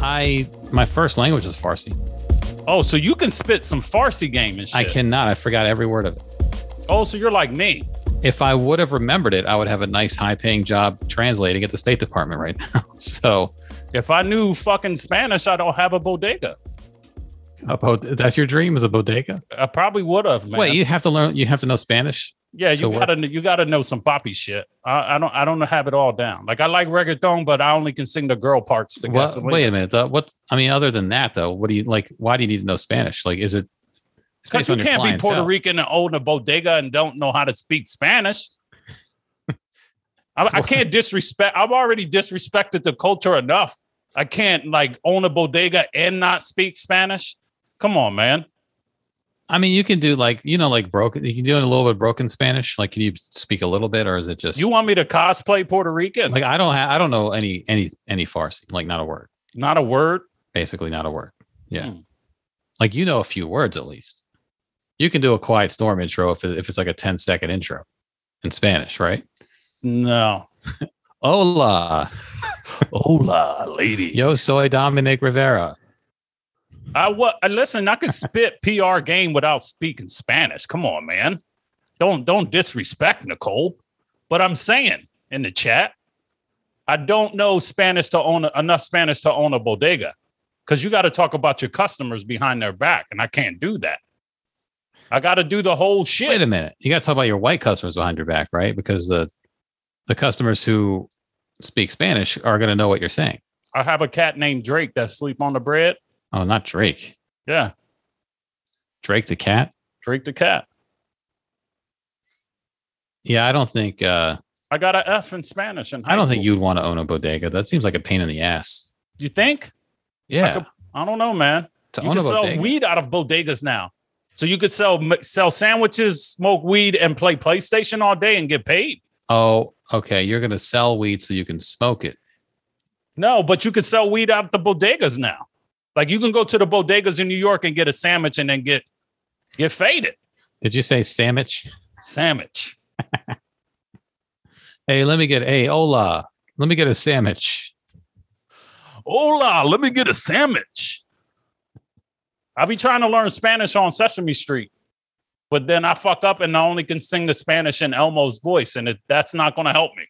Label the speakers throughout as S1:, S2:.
S1: I my first language is Farsi.
S2: Oh, so you can spit some Farsi game and shit.
S1: I cannot. I forgot every word of it.
S2: Oh, so you're like me.
S1: If I would have remembered it, I would have a nice high paying job translating at the State Department right now. So
S2: If I knew fucking Spanish, I don't have a bodega.
S1: a bod- that's your dream is a bodega.
S2: I probably would have, man.
S1: Wait, you have to learn you have to know Spanish?
S2: yeah, you
S1: so what-
S2: gotta kn- you gotta know some poppy shit. I, I don't I don't have it all down. Like I like reggaeton, but I only can sing the girl parts to
S1: What,
S2: gasoline.
S1: wait a minute. though. what I mean, other than that though, what do you like why do you need to know Spanish? Like is it it's based
S2: Because you
S1: on your
S2: can't be Puerto
S1: clientele.
S2: Rican and own a bodega and don't know how to speak Spanish. I, I can't disrespect. I've already disrespected the culture enough. I can't like own a bodega and not speak Spanish. Come on, man.
S1: I mean, you can do like you know, like broken. You can do it a little bit broken Spanish. Like, can you speak a little bit, or is it just
S2: You want me to cosplay Puerto Rican?
S1: like I don't have I don't know any any any Farsi. Like, not a word.
S2: not a word.
S1: Basically, not a word. Yeah,
S2: Hmm.
S1: like you know a few words at least. You can do a quiet storm intro if it, if it's like a 10 second intro in Spanish, right?
S2: No.
S1: Hola,
S2: Hola, lady.
S1: yo soy Dominic Rivera.
S2: I what? Listen, I can spit PR game without speaking Spanish. Come on, man. Don't don't disrespect Nicole. But I'm saying in the chat, I don't know Spanish to own enough Spanish to own a bodega, because you got to talk about your customers behind their back, and I can't do that. I got to do the whole
S1: Wait
S2: shit.
S1: a minute, you got to talk about your white customers behind your back, right? Because the the customers who speak Spanish are going to know what you're saying.
S2: I have a cat named Drake that sleep on the bread.
S1: Oh, not Drake.
S2: Yeah,
S1: Drake the cat.
S2: Drake the cat.
S1: Yeah, I don't think uh
S2: I got a F in Spanish, and
S1: I don't think you'd want to own a bodega. That seems like a pain in the ass.
S2: You think?
S1: Yeah,
S2: could- I don't know, man.
S1: to
S2: you
S1: own
S2: can
S1: a
S2: sell
S1: bodega.
S2: weed out of bodegas now. So you could sell sell sandwiches, smoke weed, and play PlayStation all day and get paid.
S1: Oh, okay. You're gonna sell weed so you can smoke it.
S2: No, but you could sell weed out the bodegas now. Like you can go to the bodegas in New York and get a sandwich and then get get faded
S1: Did you say sandwich?
S2: sandwich.
S1: Hey, let me get hey, hola. Let me get a sandwich.
S2: Hola, Oh, let me get a sandwich. I be trying to learn Spanish on Sesame Street, but then I fuck up and I only can sing the Spanish in Elmo's voice, and it, that's not going to help me.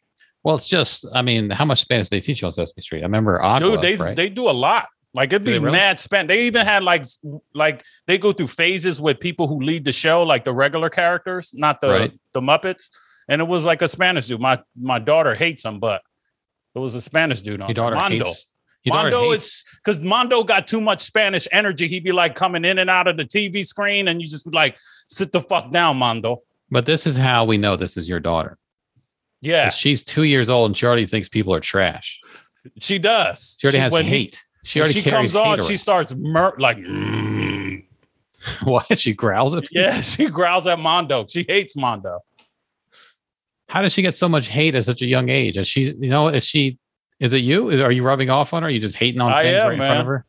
S1: Well, it's just I mean, how much Spanish they teach you on Sesame Street? I remember Odd
S2: Dude, they
S1: right?
S2: they do a lot. Like it'd
S1: Do they
S2: be
S1: really?
S2: mad spent. They even had like s- like they go through phases with people who lead the show, like the regular characters, not the
S1: Right.
S2: the Muppets. And it was like a Spanish dude. My my daughter hates him, but it was a Spanish dude on
S1: your daughter
S2: Mondo.
S1: hates your daughter
S2: Mondo
S1: hates-
S2: is because Mondo got too much Spanish energy. He'd be like coming in and out of the TV screen, and you just be like, sit the fuck down, Mondo.
S1: but this is how we know this is your daughter. 'Cause
S2: Yeah,
S1: She's two years old and she already thinks people are trash.
S2: she does.
S1: She already has
S2: when he-
S1: hate. she
S2: when
S1: already
S2: she
S1: carries
S2: comes on,
S1: hate
S2: she
S1: around.
S2: starts mur- like "Mm."
S1: Why she growls at
S2: Yeah, she growls at Mondo. She hates Mondo.
S1: how does she get so much hate at such a young age? Is she, you know, is she, is it you? Is, are you rubbing off on her? Are you just hating on
S2: I
S1: things
S2: am,
S1: right in front
S2: man.
S1: of her?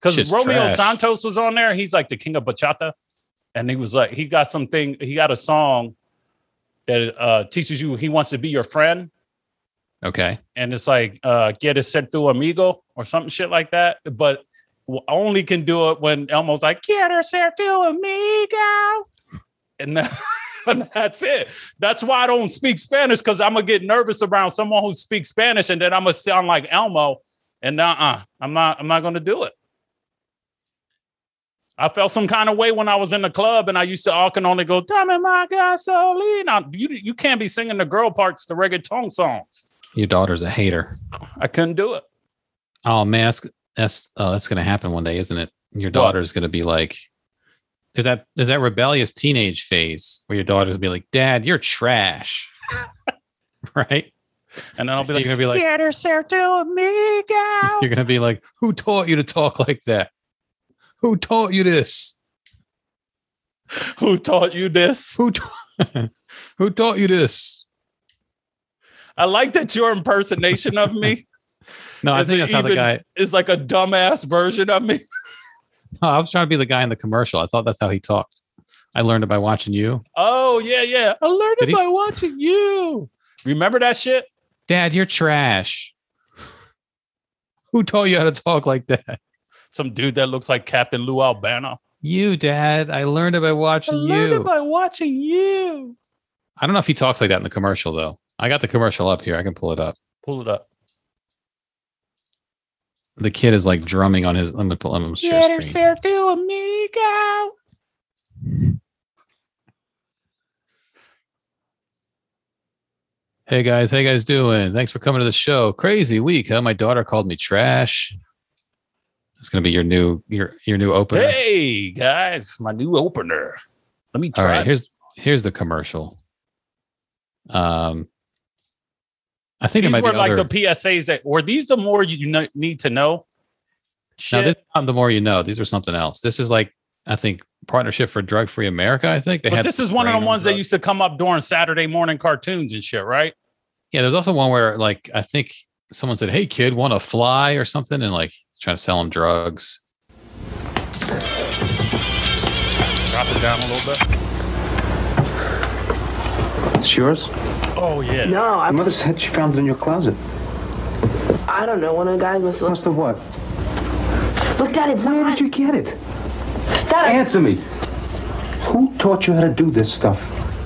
S2: Because
S1: Shit's
S2: Romeo
S1: trash.
S2: Santos was on there. He's like the king of bachata. And he was like, he got something, he got a song that uh, teaches you he wants to be your friend.
S1: Okay.
S2: And it's like, uh, get a ser tu amigo or something shit like that. But w- only can do it when Elmo's like, quiero ser tu amigo. And, that- and that's it. That's why I don't speak Spanish because I'm going to get nervous around someone who speaks Spanish and then I'm going to sound like Elmo. And uh-uh, I'm not, I'm not going to do it. I felt some kind of way when I was in the club and I used to all can only go, Dame my gasolina. You, you can't be singing the girl parts, the reggaeton songs.
S1: Your daughter's a hater.
S2: I couldn't do it.
S1: Oh man, that's that's oh, that's gonna happen one day, isn't it? Your daughter's gonna be like, there's that there's that rebellious teenage phase where your daughter's gonna be like, Dad, you're trash, right?
S2: And then I'll be
S1: You're
S2: like,
S1: gonna be like,
S2: Quiero ser tu amigo.
S1: you're gonna be like, who taught you to talk like that? Who taught you this?
S2: Who taught you this?
S1: Who ta- who taught you this?
S2: I like that your impersonation of me
S1: No, I
S2: Is
S1: think
S2: it
S1: that's how the
S2: even-
S1: guy.
S2: is like a dumbass version of me.
S1: No, I was trying to be the guy in the commercial. I thought that's how he talked. I learned it by watching you.
S2: Oh, yeah, yeah. I learned
S1: Did
S2: it
S1: he-
S2: by watching you. Remember that shit?
S1: Dad, you're trash. Who taught you how to talk like that?
S2: Some dude that looks like Captain Lou Albano.
S1: You, Dad. I learned it by watching you.
S2: by watching you.
S1: I don't know if he talks like that in the commercial though. I got the commercial up here. I can pull it up.
S2: Pull it up.
S1: The kid is like drumming on his. Let me pull. Let me share screen.
S2: tu amigo.
S1: Hey guys, how you guys doing? Thanks for coming to the show. Crazy week, huh? My daughter called me trash. That's gonna be your new your your new opener.
S2: Hey guys, my new opener. Let me
S1: All
S2: try.
S1: right,
S2: it.
S1: here's here's the commercial. Um, I think it
S2: These
S1: might
S2: were
S1: be
S2: like
S1: other-
S2: the PSAs that were these the more you kno- need to know.
S1: Now,
S2: Shit.
S1: this is not the more you know. These are something else. This is like I think partnership for drug free America. I think they
S2: but
S1: had.
S2: this is one of the
S1: brain
S2: ones that
S1: drugs.
S2: used to come up during Saturday morning cartoons and shit, right?
S1: Yeah, there's also one where like I think someone said, "Hey kid, want to fly or something?" and like he's trying to sell him drugs.
S2: Drop it down a little bit.
S3: It's yours?
S2: Oh yeah.
S4: No,
S3: My
S4: I,
S3: mother said she found it in your closet.
S4: I don't know. One of the guys must have
S3: Must have what?
S4: looked at it. It's not
S3: Where
S4: mine.
S3: did you get it?
S4: That I-
S3: Answer me. Who taught you how to do this stuff?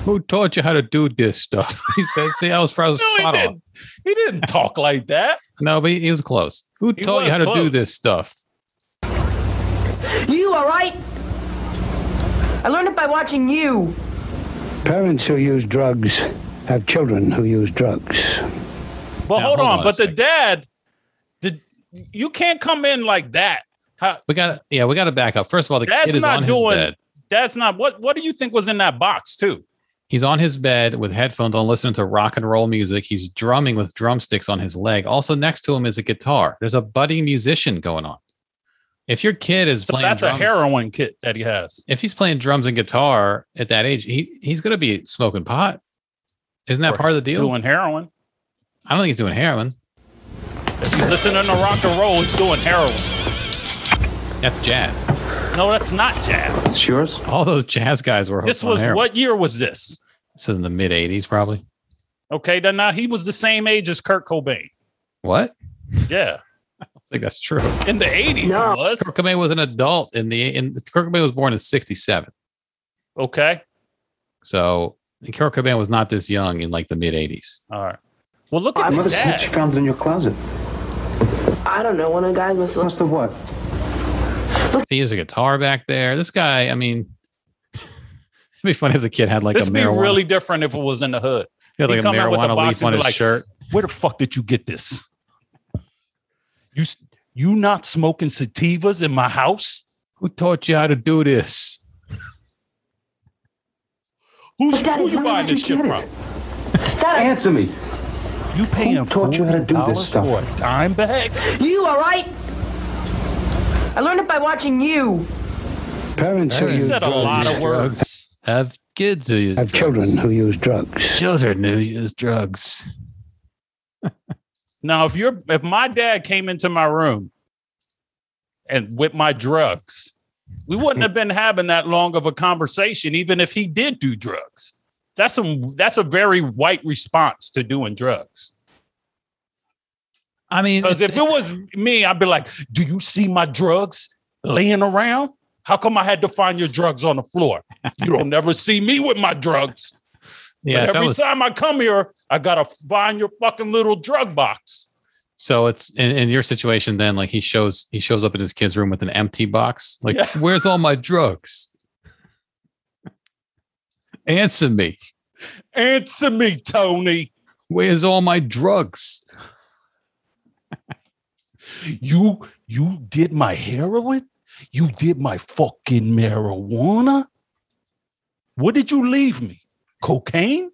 S1: Who taught you how to do this stuff? he said, "See, I was probably
S2: No, he
S1: spot on."
S2: didn't. He didn't talk like that.
S1: No, but he, he was close. Who
S2: He
S1: taught you
S2: was
S1: how to do
S2: close.
S1: this stuff?
S4: You all right? I learned it by watching you.
S5: Parents who use drugs have children who use drugs.
S2: But
S1: Now, hold
S2: hold, on.
S1: on a
S2: But the
S1: second.
S2: dad, the you can't come in like that. How,
S1: We got to yeah, we got to back up. First of all, the
S2: That's
S1: kid is
S2: not
S1: on
S2: doing-
S1: his bed.
S2: that's not what. What do you think was in that box too?
S1: He's on his bed with headphones on, listening to rock and roll music. He's drumming with drumsticks on his leg. Also, next to him is a guitar. There's a budding musician going on. If your kid is
S2: So
S1: playing,
S2: that's
S1: drums,
S2: a heroin kit that he has.
S1: If he's playing drums and guitar at that age, he he's gonna be smoking pot. Isn't that
S2: Or
S1: part of the deal?
S2: Doing heroin.
S1: I don't think he's doing heroin.
S2: If he's listening to rock and roll, he's doing heroin.
S1: That's jazz.
S2: No, that's not jazz.
S3: It's yours?
S1: All those jazz guys were.
S2: This
S1: on
S2: was
S1: heroin.
S2: what year was this?
S1: This is in the mid '80s, probably.
S2: Okay, then now he was the same age as Kurt Cobain.
S1: What?
S2: Yeah,
S1: I think that's true.
S2: in the eighties
S4: No.
S2: he was.
S1: Kurt Cobain was an adult in the in Kurt Cobain was born in '67,
S2: Okay,
S1: so Kurt Cobain was not this young in like the mid '80s.
S2: all right. Well, look
S4: My
S2: at
S3: My
S2: the
S3: mother said she
S2: dad.
S3: found it in your closet.
S4: I don't know. One of the guys must have
S3: Must have what?
S1: He has a guitar back there. This guy, I mean, it'd be funny if the kid had like
S2: this
S1: a
S2: would be
S1: marijuana,
S2: really different if it was in the hood.
S1: he had, like
S2: he
S1: a
S2: come out with a
S1: marijuana
S2: box
S1: leaf
S2: and
S1: on
S2: be
S1: his
S2: like-
S1: shirt.
S2: Where the fuck did you get this? You s- you not smoking sativas in my house?
S1: Who taught you how to do this?
S2: Who's
S4: But that
S2: who
S4: is
S2: you
S4: not
S2: buying
S4: what
S2: this shit
S3: you get
S2: from?
S3: it.
S4: that I-
S3: Answer me.
S2: You paying
S3: taught you how to do this
S2: $4
S3: stuff?
S2: for a dime bag?
S4: You all right? I learned it by watching you.
S5: Parents who
S1: Parents.
S5: use
S2: Said a
S5: drugs
S2: lot of words.
S1: Have kids who use
S5: have
S1: drugs.
S5: children who use drugs.
S1: Children who use drugs.
S2: Now, if you're if my dad came into my room and with my drugs, we wouldn't have been having that long of a conversation, even if he did do drugs. That's a that's a very white response to doing drugs.
S1: I mean,
S2: Because if it was me, I'd be like, "Do you see my drugs laying around? How come I had to find your drugs on the floor? You don't never see me with my drugs.
S1: yeah, if
S2: but
S1: that
S2: every
S1: was-
S2: time I come here, I gotta find your fucking little drug box."
S1: So it's in, in your situation then like he shows he shows up in his kid's room with an empty box. Like,
S2: Yeah.
S1: where's all my drugs? Answer me.
S2: Answer me, Tony.
S1: Where's all my drugs?
S2: You you did my heroin? You did my fucking marijuana? What did you leave me? Cocaine?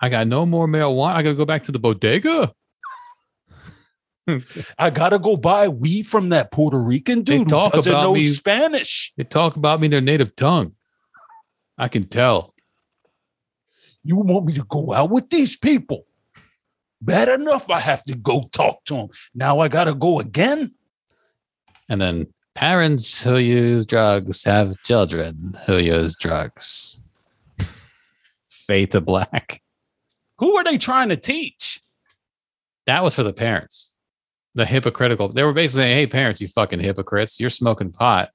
S1: I got no more marijuana. I gotta go back to the bodega.
S2: I gotta go buy weed from that Puerto Rican
S1: They
S2: dude who
S1: talk
S2: doesn't
S1: about
S2: know
S1: me-
S2: Spanish.
S1: They talk about me in their native tongue. I can tell.
S2: You want me to go out with these people? Bad enough I have to go talk to them. Now I gotta go again?
S1: And then parents who use drugs have children who use drugs. Faith of black.
S2: Who are they trying to teach?
S1: That was for the parents. the hypocritical. They were basically saying, "Hey, parents, you fucking hypocrites! You're smoking pot,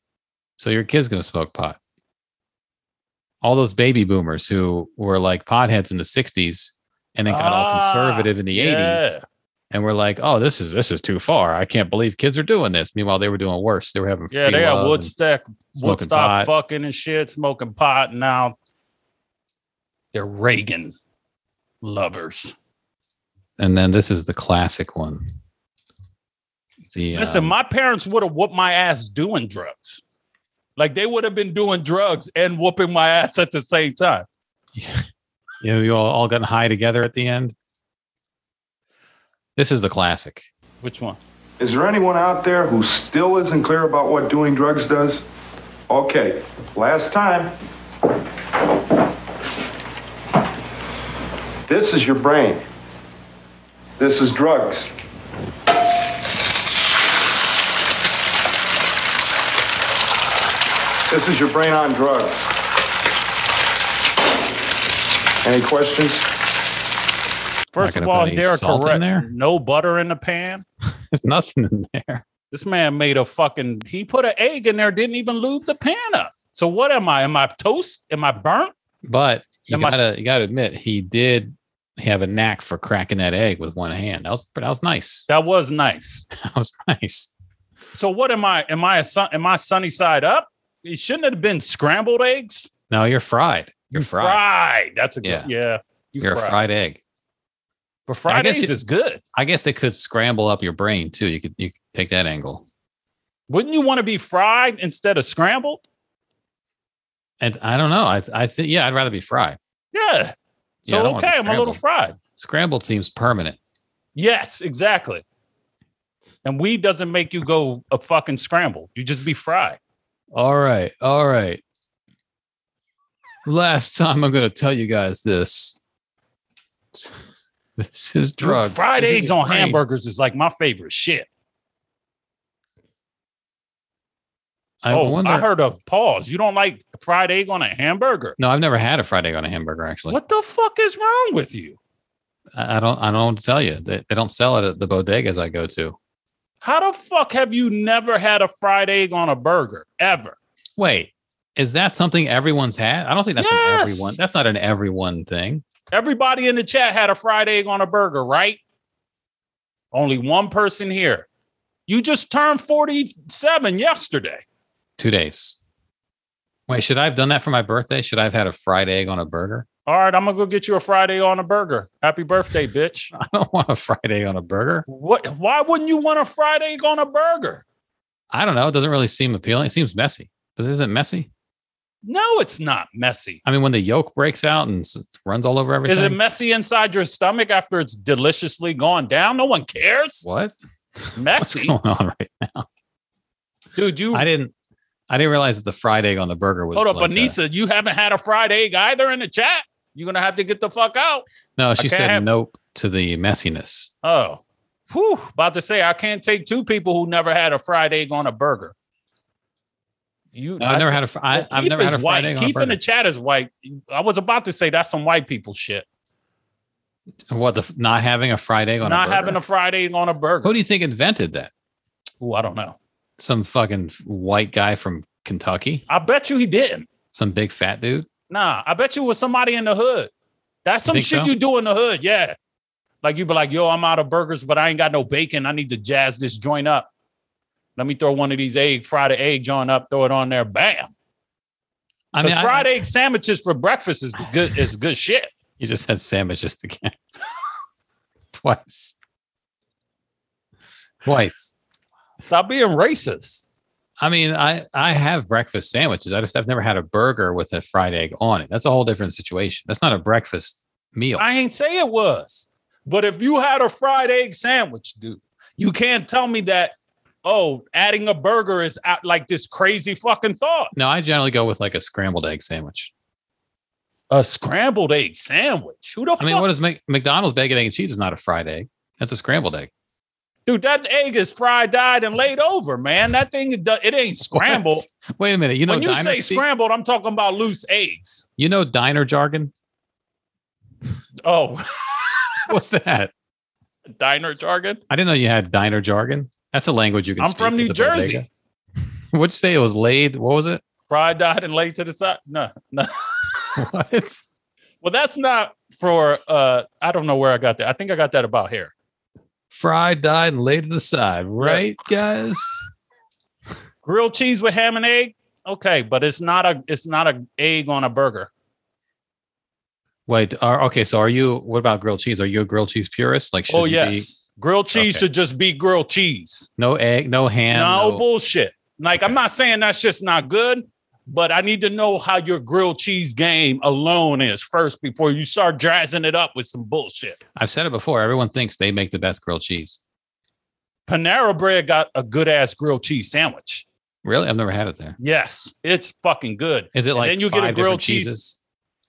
S1: so your kid's gonna smoke pot." All those baby boomers who were like potheads in the '60s and then got all
S2: Ah,
S1: conservative in the
S2: yeah.
S1: '80s, and were like, "Oh, this is this is too far. I can't believe kids are doing this." Meanwhile, they were doing worse. They were having
S2: Yeah, they
S1: free
S2: got
S1: love and-
S2: Woodstock,
S1: uh, smoking
S2: Woodstock
S1: pot.
S2: fucking and shit, smoking pot. and Now they're Reagan lovers.
S1: and then this is the classic one. The
S2: Listen,
S1: um,
S2: my parents would have whooped my ass doing drugs. Like they would have been doing drugs and whooping my ass at the same time.
S1: you know, you all, all gotten high together at the end. This is the classic.
S2: Which one?
S6: Is there anyone out there who still isn't clear about what doing drugs does? Okay, last time. This is your brain. This is drugs. This is your brain on drugs. Any questions?
S1: Not
S2: First of
S1: gonna put
S2: all,
S1: any
S2: they're
S1: salt in
S2: correct.
S1: there?
S2: No butter in the pan.
S1: There's nothing in there.
S2: This man made a fucking. He put an egg in there. Didn't even lube the pan up. So what am I? Am I toast? Am I burnt?
S1: But you
S2: Am I-
S1: gotta you gotta admit he did have a knack for cracking that egg with one hand. That was that was nice.
S2: That was nice.
S1: That was nice.
S2: So what am I? Am I a sun? Am I sunny side up? It shouldn't have been scrambled eggs.
S1: No, you're fried. You're fried.
S2: That's a good.
S1: Yeah.
S2: Yeah. You
S1: You're a fried egg.
S2: But fried
S1: I guess
S2: eggs
S1: you-
S2: is good.
S1: I guess they could scramble up your brain too. You could you could take that angle.
S2: Wouldn't you want to be fried instead of scrambled?
S1: And I don't know. I I think yeah, I'd rather be fried.
S2: Yeah.
S1: Yeah, I
S2: So
S1: don't wanna
S2: okay,
S1: be
S2: I'm a little
S1: scrambled.
S2: fried.
S1: Scrambled seems permanent.
S2: Yes, exactly. And weed doesn't make you go a fucking scramble. You just be fried.
S1: All right. All right. Last time I'm going to tell you guys this. This is
S2: Dude,
S1: drugs.
S2: Fried
S1: This is
S2: eggs on
S1: brain.
S2: hamburgers is like my favorite shit.
S1: I
S2: oh,
S1: wonder.
S2: I heard of pause. You don't like fried egg on a hamburger?
S1: no, I've never had a fried egg on a hamburger. Actually,
S2: What the fuck is wrong with you?
S1: I I don't. I don't tell you. They, they don't sell it at the bodegas I go to.
S2: How the fuck have you never had a fried egg on a burger ever?
S1: Wait, is that something everyone's had? I don't think that's an
S2: Yes.
S1: everyone. That's not an everyone thing.
S2: Everybody in the chat had a fried egg on a burger, right? Only one person here. You just turned 47 yesterday.
S1: Two days. Wait, should I have done that for my birthday? Should I have had a fried egg on a burger?
S2: All right, I'm gonna go get you a fried egg on a burger. Happy birthday, bitch.
S1: I don't want a fried egg on a burger.
S2: What why wouldn't you want a fried egg on a burger?
S1: I don't know. It doesn't really seem appealing. It seems messy. Does- Is it messy?
S2: No, it's not messy.
S1: I mean, when the yolk breaks out and s- runs all over everything.
S2: Is it messy inside your stomach after it's deliciously gone down? No one cares.
S1: what? What's
S2: Messy.
S1: going on right now?
S2: Dude, you
S1: I didn't. I didn't realize that the fried egg on the burger was.
S2: Hold up,
S1: like a-
S2: Anissa, you haven't had a fried egg either in the chat. You're gonna have to get the fuck out.
S1: no, she
S2: can't
S1: said
S2: have-
S1: nope to the messiness.
S2: Oh, whew, about to say I can't take two people who never had a fried egg on a burger. You,
S1: I've never had a. fr- I,
S2: Well,
S1: I've
S2: Keith
S1: never had
S2: is
S1: a fried
S2: white.
S1: egg
S2: Keith
S1: on a
S2: in the
S1: burger.
S2: chat is white. I was about to say that's some white people shit.
S1: what the f- not having a fried egg on
S2: Not
S1: a burger?
S2: having a fried egg on a burger.
S1: Who do you think invented that?
S2: Ooh, I don't know.
S1: Some fucking white guy from Kentucky.
S2: I bet you he didn't.
S1: Some big fat dude.
S2: Nah, I bet you it was somebody in the hood. That's some
S1: think
S2: shit
S1: so?
S2: you do in the hood. Yeah. Like you be like, yo, I'm out of burgers, but I ain't got no bacon. I need to jazz this joint up. Let me throw one of these egg, fried egg joint up, throw it on there. Bam.
S1: I
S2: Because
S1: mean, I-
S2: fried egg sandwiches for breakfast is good is good shit.
S1: You just had sandwiches again. Twice. Twice.
S2: Stop being racist.
S1: I mean, I I have breakfast sandwiches. I just I've never had a burger with a fried egg on it. That's a whole different situation. That's not a breakfast meal.
S2: I ain't say it was. But if you had a fried egg sandwich, dude, you can't tell me that, oh, adding a burger is out like this crazy fucking thought.
S1: no, I generally go with like a scrambled egg sandwich.
S2: A scrambled egg sandwich. Who the
S1: I mean,
S2: fuck
S1: what is Mc, McDonald's bacon, egg, and cheese is not a fried egg. That's a scrambled egg.
S2: Dude, that egg is fried, dyed, and laid over, man. That thing, it do- it ain't scrambled.
S1: Wait a minute. You know
S2: when you
S1: diner
S2: say
S1: speak?
S2: scrambled, I'm talking about loose eggs.
S1: you know diner jargon?
S2: Oh,
S1: What's that?
S2: Diner jargon.
S1: I didn't know you had diner jargon. That's a language you can.
S2: I'm
S1: speak
S2: from
S1: at
S2: New
S1: the
S2: Jersey.
S1: bodega. What'd you say? It was laid. What was it?
S2: Fried, died, and laid to the side. No, no.
S1: What?
S2: Well, that's not for. uh I don't know where I got that. I think I got that about here.
S1: Fried, died, and laid to the side. Right, guys.
S2: Grilled cheese with ham and egg. Okay, but it's not a. It's not a egg on a burger.
S1: Wait. Are, okay. So, are you? What about grilled cheese? Are you a grilled cheese purist? Like, should
S2: oh
S1: you
S2: yes, grilled cheese
S1: Okay.
S2: should just be grilled cheese.
S1: be no egg, no ham.
S2: no,
S1: no-
S2: bullshit. Like I'm not saying that's just not good, but I need to know how your grilled cheese game alone is first before you start jazzing it up with some bullshit.
S1: I've said it before. Everyone thinks they make the best grilled cheese.
S2: Panera Bread got a good ass grilled cheese sandwich.
S1: Really, I've never had it there.
S2: Yes, it's fucking good.
S1: Is it
S2: And
S1: like
S2: then you get a
S1: five
S2: grilled
S1: different
S2: cheese-
S1: cheeses?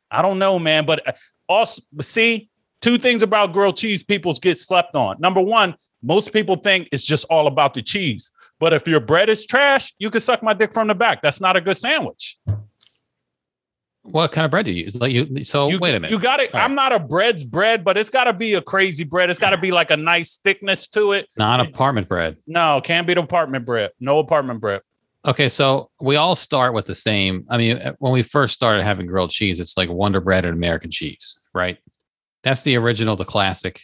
S2: I don't know, man, but uh, also but see two things about grilled cheese people get slept on. Number one, most people think it's just all about the cheese. But if your bread is trash, you can suck my dick from the back. That's not a good sandwich.
S1: What kind of bread do you use? Like you. So
S2: You-
S1: Oh, wait a minute.
S2: You got it.
S1: All right.
S2: I'm not a bread's bread, but it's got to be a crazy bread. It's got to be like a nice thickness to it.
S1: non-apartment bread.
S2: No, can't be the apartment bread. No apartment bread.
S1: Okay, so we all start with the same. I mean, uh, when we first started having grilled cheese, it's like Wonder Bread and American cheese, right? That's the original, the classic.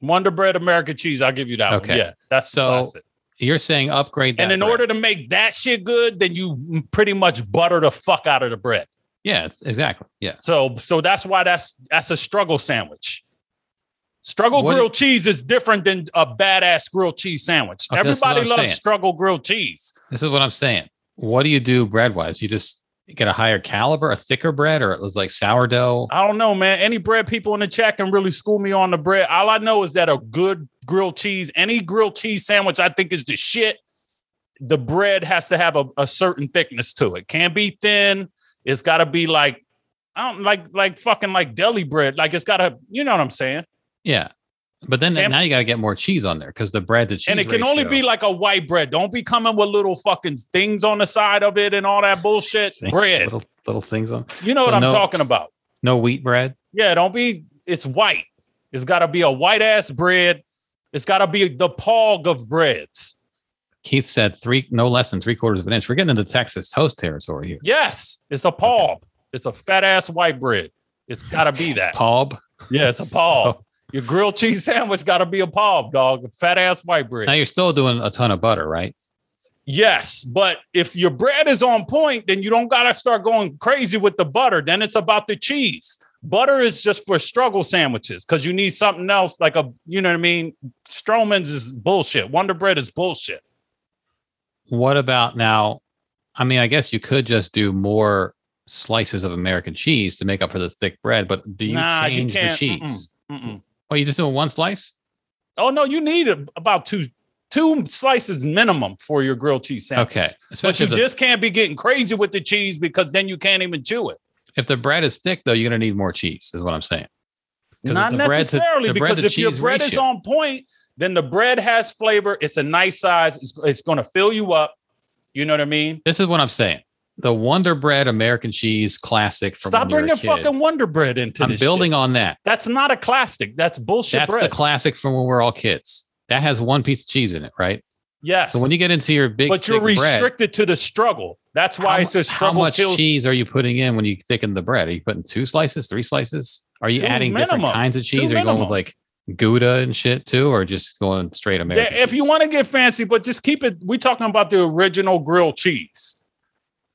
S2: Wonder bread, American cheese. I'll give you that.
S1: Okay.
S2: One. Yeah, that's
S1: So,
S2: so.
S1: You're saying upgrade that.
S2: And in
S1: bread.
S2: order to make that shit good, then you pretty much butter the fuck out of the bread.
S1: yeah, it's, exactly, yeah.
S2: So, so that's why that's that's a struggle sandwich. Struggle
S1: What-
S2: grilled cheese is different than a badass grilled cheese sandwich.
S1: Okay, that's what
S2: Everybody
S1: I'm
S2: loves
S1: saying.
S2: struggle grilled cheese.
S1: This is what I'm saying. What do you do bread wise? You just get a higher caliber, a thicker bread, or it was like sourdough.
S2: I don't know, man. Any bread people in the chat can really school me on the bread. All I know is that a good grilled cheese, any grilled cheese sandwich, I think is the shit. The bread has to have a, a certain thickness to it. Can't be thin. It's got to be like, I don't like like fucking like deli bread. Like it's got to, you know what I'm saying?
S1: Yeah. But then
S2: Damn.
S1: now you got to get more cheese on there because the bread to cheese.
S2: and it can only be
S1: ratio-
S2: like a white bread. Don't be coming with little fucking things on the side of it and all that bullshit.
S1: Things,
S2: bread.
S1: Little, little things on.
S2: You know
S1: so
S2: what I'm
S1: no-
S2: talking about.
S1: No wheat bread.
S2: Yeah, don't be. It's white. It's got to be a white ass bread. It's got to be the pog of breads.
S1: Keith said three, no less than three quarters of an inch. We're getting into Texas toast territory here.
S2: Yes, it's a pog. It's a fat ass white bread. It's got to be that.
S1: Palb.
S2: Yeah, it's a pog. Your grilled cheese sandwich got to be a pog, dog. Fat ass white bread.
S1: Now you're still doing a ton of butter, right?
S2: Yes, but if your bread is on point, then you don't gotta start going crazy with the butter. Then it's about the cheese. Butter is just for struggle sandwiches because you need something else, like a you know what I mean. Stroman's is bullshit. Wonder Bread is bullshit.
S1: What about now? I mean, I guess you could just do more slices of American cheese to make up for the thick bread, but do you
S2: Nah, you
S1: change the
S2: can't.
S1: cheese?
S2: Mm-mm.
S1: Oh, you just doing one slice?
S2: Mm. Oh no, you need a- about two two slices minimum for your grilled cheese sandwich.
S1: Okay.
S2: but
S1: Especially
S2: you
S1: if the,
S2: just can't be getting crazy with the cheese because then you can't even chew it.
S1: if the bread is thick, though, you're going to need more cheese, is what I'm saying. 'Cause
S2: Not
S1: the bread to-
S2: necessarily,
S1: the bread
S2: because
S1: to
S2: if your
S1: cheese
S2: bread is
S1: ratio-
S2: on point, then the bread has flavor. It's a nice size. It's, it's going to fill you up. You know what I mean?
S1: This is what I'm saying. The Wonder Bread American cheese classic from
S2: Stop
S1: when you were a
S2: bringing
S1: kid.
S2: fucking Wonder Bread into
S1: I'm
S2: this.
S1: building
S2: shit.
S1: on that.
S2: That's not a classic. That's bullshit
S1: That's the
S2: bread.
S1: classic from when we we're all kids. That has one piece of cheese in it, right?
S2: yes.
S1: So when you get into your big,
S2: but you're
S1: thick bread,
S2: restricted to the struggle. That's why
S1: how
S2: it's a
S1: mu- How
S2: struggle
S1: much
S2: kills.
S1: cheese are you putting in when you thicken the bread? Are you putting two slices, three slices? Are you
S2: Two
S1: adding
S2: minimum.
S1: different kinds of
S2: Two
S1: cheese? Are you going
S2: minimum.
S1: with like Gouda and shit too, or just going straight
S2: There-
S1: American?
S2: if you want to get fancy, but just keep it. We're talking about the original grilled cheese.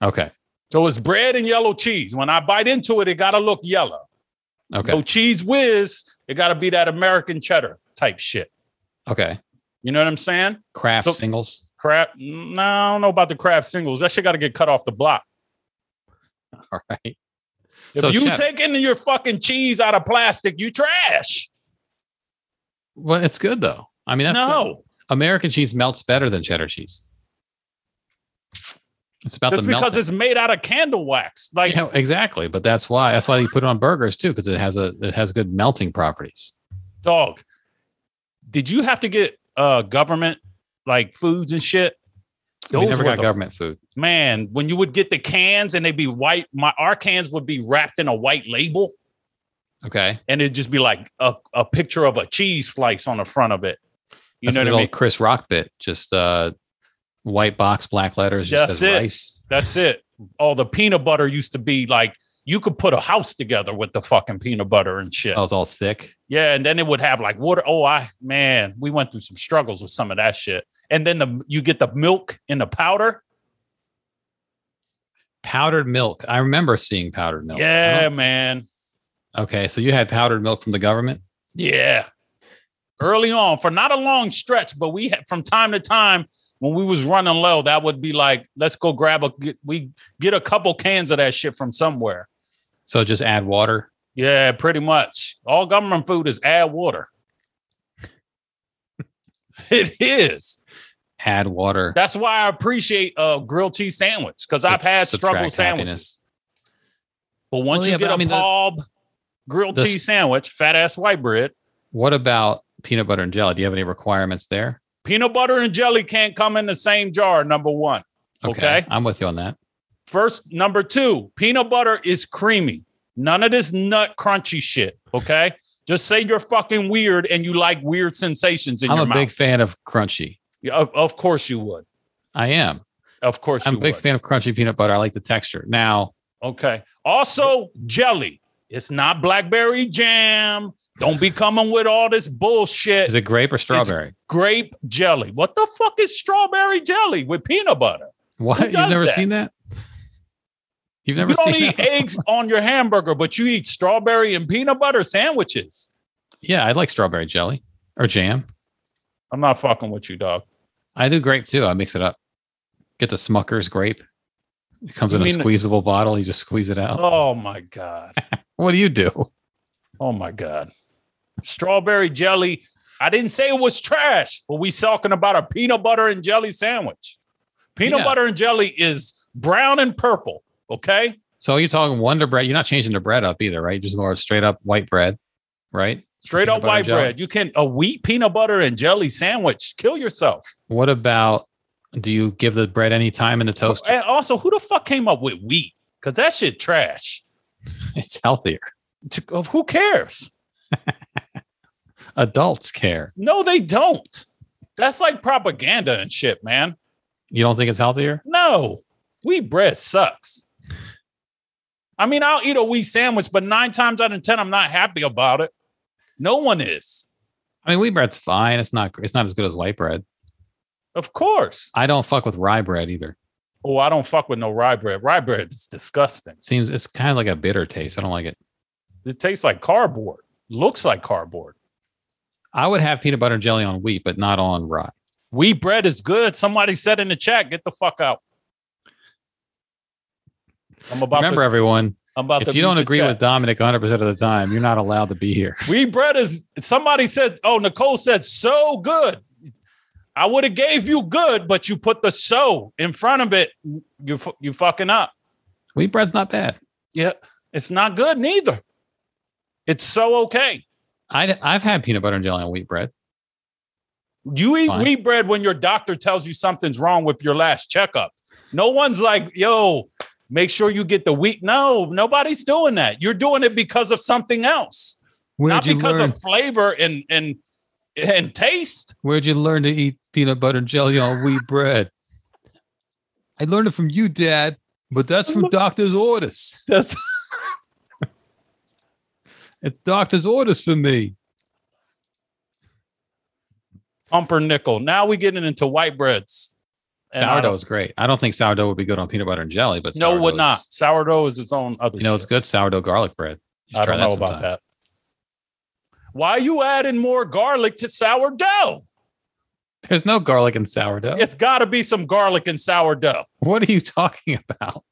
S1: okay,
S2: So it's bread and yellow cheese. When I bite into it, it got to look yellow.
S1: okay,
S2: No cheese whiz. It got to be that American cheddar type shit.
S1: okay.
S2: You know what I'm saying?
S1: Craft
S2: Oh. So-
S1: singles.
S2: Crap. No, I don't know about the craft singles. That shit got to get cut off the block.
S1: All right.
S2: If
S1: So,
S2: you
S1: Chef-
S2: take into your fucking cheese out of plastic, you trash.
S1: Well, it's good though. I mean, that's
S2: no,
S1: American cheese melts better than cheddar cheese. It's about
S2: just
S1: the
S2: because
S1: melting.
S2: it's made out of candle wax. Like,
S1: yeah, exactly, but that's why that's why you put it on burgers too because it has a it has good melting properties.
S2: dog, did you have to get uh government like foods and shit?
S1: we never
S2: were
S1: got
S2: the-
S1: government food.
S2: Man, when you would get the cans and they'd be white, my our cans would be wrapped in a white label.
S1: Okay.
S2: and it'd just be like a, a picture of a cheese slice on the front of it. You
S1: That's
S2: know
S1: the
S2: what I
S1: old
S2: mean?
S1: Chris Rock bit. Just uh, white box, black letters. Just
S2: That's
S1: says
S2: it.
S1: rice.
S2: That's it. All the peanut butter used to be like you could put a house together with the fucking peanut butter and shit.
S1: I was all thick.
S2: Yeah, and then it would have like water. Oh, I man, we went through some struggles with some of that shit. And then the you get the milk in the powder.
S1: Powdered milk. I remember seeing powdered milk. I
S2: Yeah, man.
S1: don't- Okay. So you had powdered milk from the government.
S2: Yeah. Early on, for not a long stretch, but we had from time to time when we was running low, that would be like, let's go grab a get, we get a couple cans of that shit from somewhere.
S1: So just add water.
S2: Yeah, pretty much. All government food is add water. it is.
S1: Add water.
S2: That's why I appreciate a grilled cheese sandwich because I've had struggle
S1: Subtract
S2: sandwiches.
S1: happiness.
S2: But once
S1: Well,
S2: you
S1: yeah,
S2: get
S1: but I
S2: a
S1: mean, the-
S2: pub grilled
S1: the-
S2: cheese sandwich, fat ass white bread,
S1: What about peanut butter and jelly? Do you have any requirements there?
S2: peanut butter and jelly can't come in the same jar. Number one. Okay.
S1: I'm with you on that.
S2: First, number two, peanut butter is creamy. None of this nut crunchy shit. Okay. Just say you're fucking weird and you like weird sensations in
S1: I'm
S2: your
S1: a
S2: mouth.
S1: big fan of crunchy.
S2: Yeah, of, of course you would.
S1: I am.
S2: Of course
S1: I'm
S2: you
S1: a big
S2: would.
S1: fan of crunchy peanut butter. I like the texture. Now,
S2: Okay. Also, jelly. It's not blackberry jam. Don't be coming with all this bullshit.
S1: is it grape or strawberry?
S2: grape jelly. What the fuck is strawberry jelly with peanut butter?
S1: What?
S2: who
S1: You've
S2: does
S1: never
S2: that?
S1: seen that? You've never
S2: You don't
S1: seen
S2: eat
S1: that?
S2: eggs on your hamburger, but you eat strawberry and peanut butter sandwiches.
S1: Yeah, I like strawberry jelly or jam.
S2: I'm not fucking with you, dog.
S1: I do grape too. I mix it up. Get the Smucker's grape. It comes
S2: You
S1: in a
S2: mean-
S1: squeezable bottle. You just squeeze it out.
S2: Oh my god.
S1: What do you do?
S2: Oh my god. Strawberry jelly. I didn't say it was trash, but we talking about a peanut butter and jelly sandwich. Peanut
S1: Yeah.
S2: butter and jelly is brown and purple. Okay.
S1: So you're talking Wonder Bread. You're not changing the bread up either, right? You're just going straight up white bread, right?
S2: Straight
S1: Peanut
S2: up
S1: butter and
S2: white
S1: jelly.
S2: bread. You can a wheat peanut butter and jelly sandwich. Kill yourself.
S1: What about? Do you give the bread any time in the toaster?
S2: And also, who the fuck came up with wheat? Because that shit trash.
S1: It's healthier.
S2: T- of Who cares?
S1: Adults care.
S2: No, they don't. That's like propaganda and shit, man.
S1: You don't think it's healthier?
S2: No, wheat bread sucks. I mean, I'll eat a wheat sandwich, but nine times out of ten, I'm not happy about it. No one is,
S1: I mean, wheat bread's fine. It's not. It's not as good as white bread.
S2: of course.
S1: I don't fuck with rye bread either.
S2: Oh, I don't fuck with no rye bread. Rye bread is disgusting.
S1: seems it's kind of like a bitter taste. I don't like it.
S2: It tastes like cardboard. Looks like cardboard.
S1: I would have peanut butter and jelly on wheat, but not on rye.
S2: Wheat bread is good. Somebody said in the chat, "Get the fuck out." I'm about
S1: Remember,
S2: to.
S1: everyone,
S2: I'm about
S1: if
S2: to
S1: you don't
S2: mute the
S1: agree
S2: chat.
S1: with Dominic 100 percent of the time, you're not allowed to be here.
S2: wheat bread is. Somebody said, "Oh, Nicole said so good." I would have gave you good, but you put the so in front of it. You fu- you fucking up.
S1: Wheat bread's not bad.
S2: Yeah, it's not good neither. It's so okay.
S1: I I've had peanut butter and jelly on wheat bread.
S2: You eat
S1: Fine.
S2: wheat bread when your doctor tells you something's wrong with your last checkup. No one's like, yo, make sure you get the wheat. No, nobody's doing that. You're doing it because of something else, not because of flavor and and and taste.
S1: Where'd you learn to eat peanut butter and jelly on wheat bread? I learned it from you, Dad, but that's from doctor's orders.
S2: That's
S1: It's doctor's orders for me.
S2: pumpernickel. Now we're getting into white breads. And I don't-
S1: Sourdough's great. I don't think sourdough would be good on peanut butter and jelly, but
S2: No, it would
S1: sourdough's-
S2: not. Sourdough is its own other.
S1: You know,
S2: shit.
S1: it's good sourdough garlic bread. You should
S2: I don't know
S1: sometime.
S2: about that. Why are you adding more garlic to sourdough?
S1: There's no garlic in sourdough.
S2: It's got to be some garlic in sourdough.
S1: What are you talking about?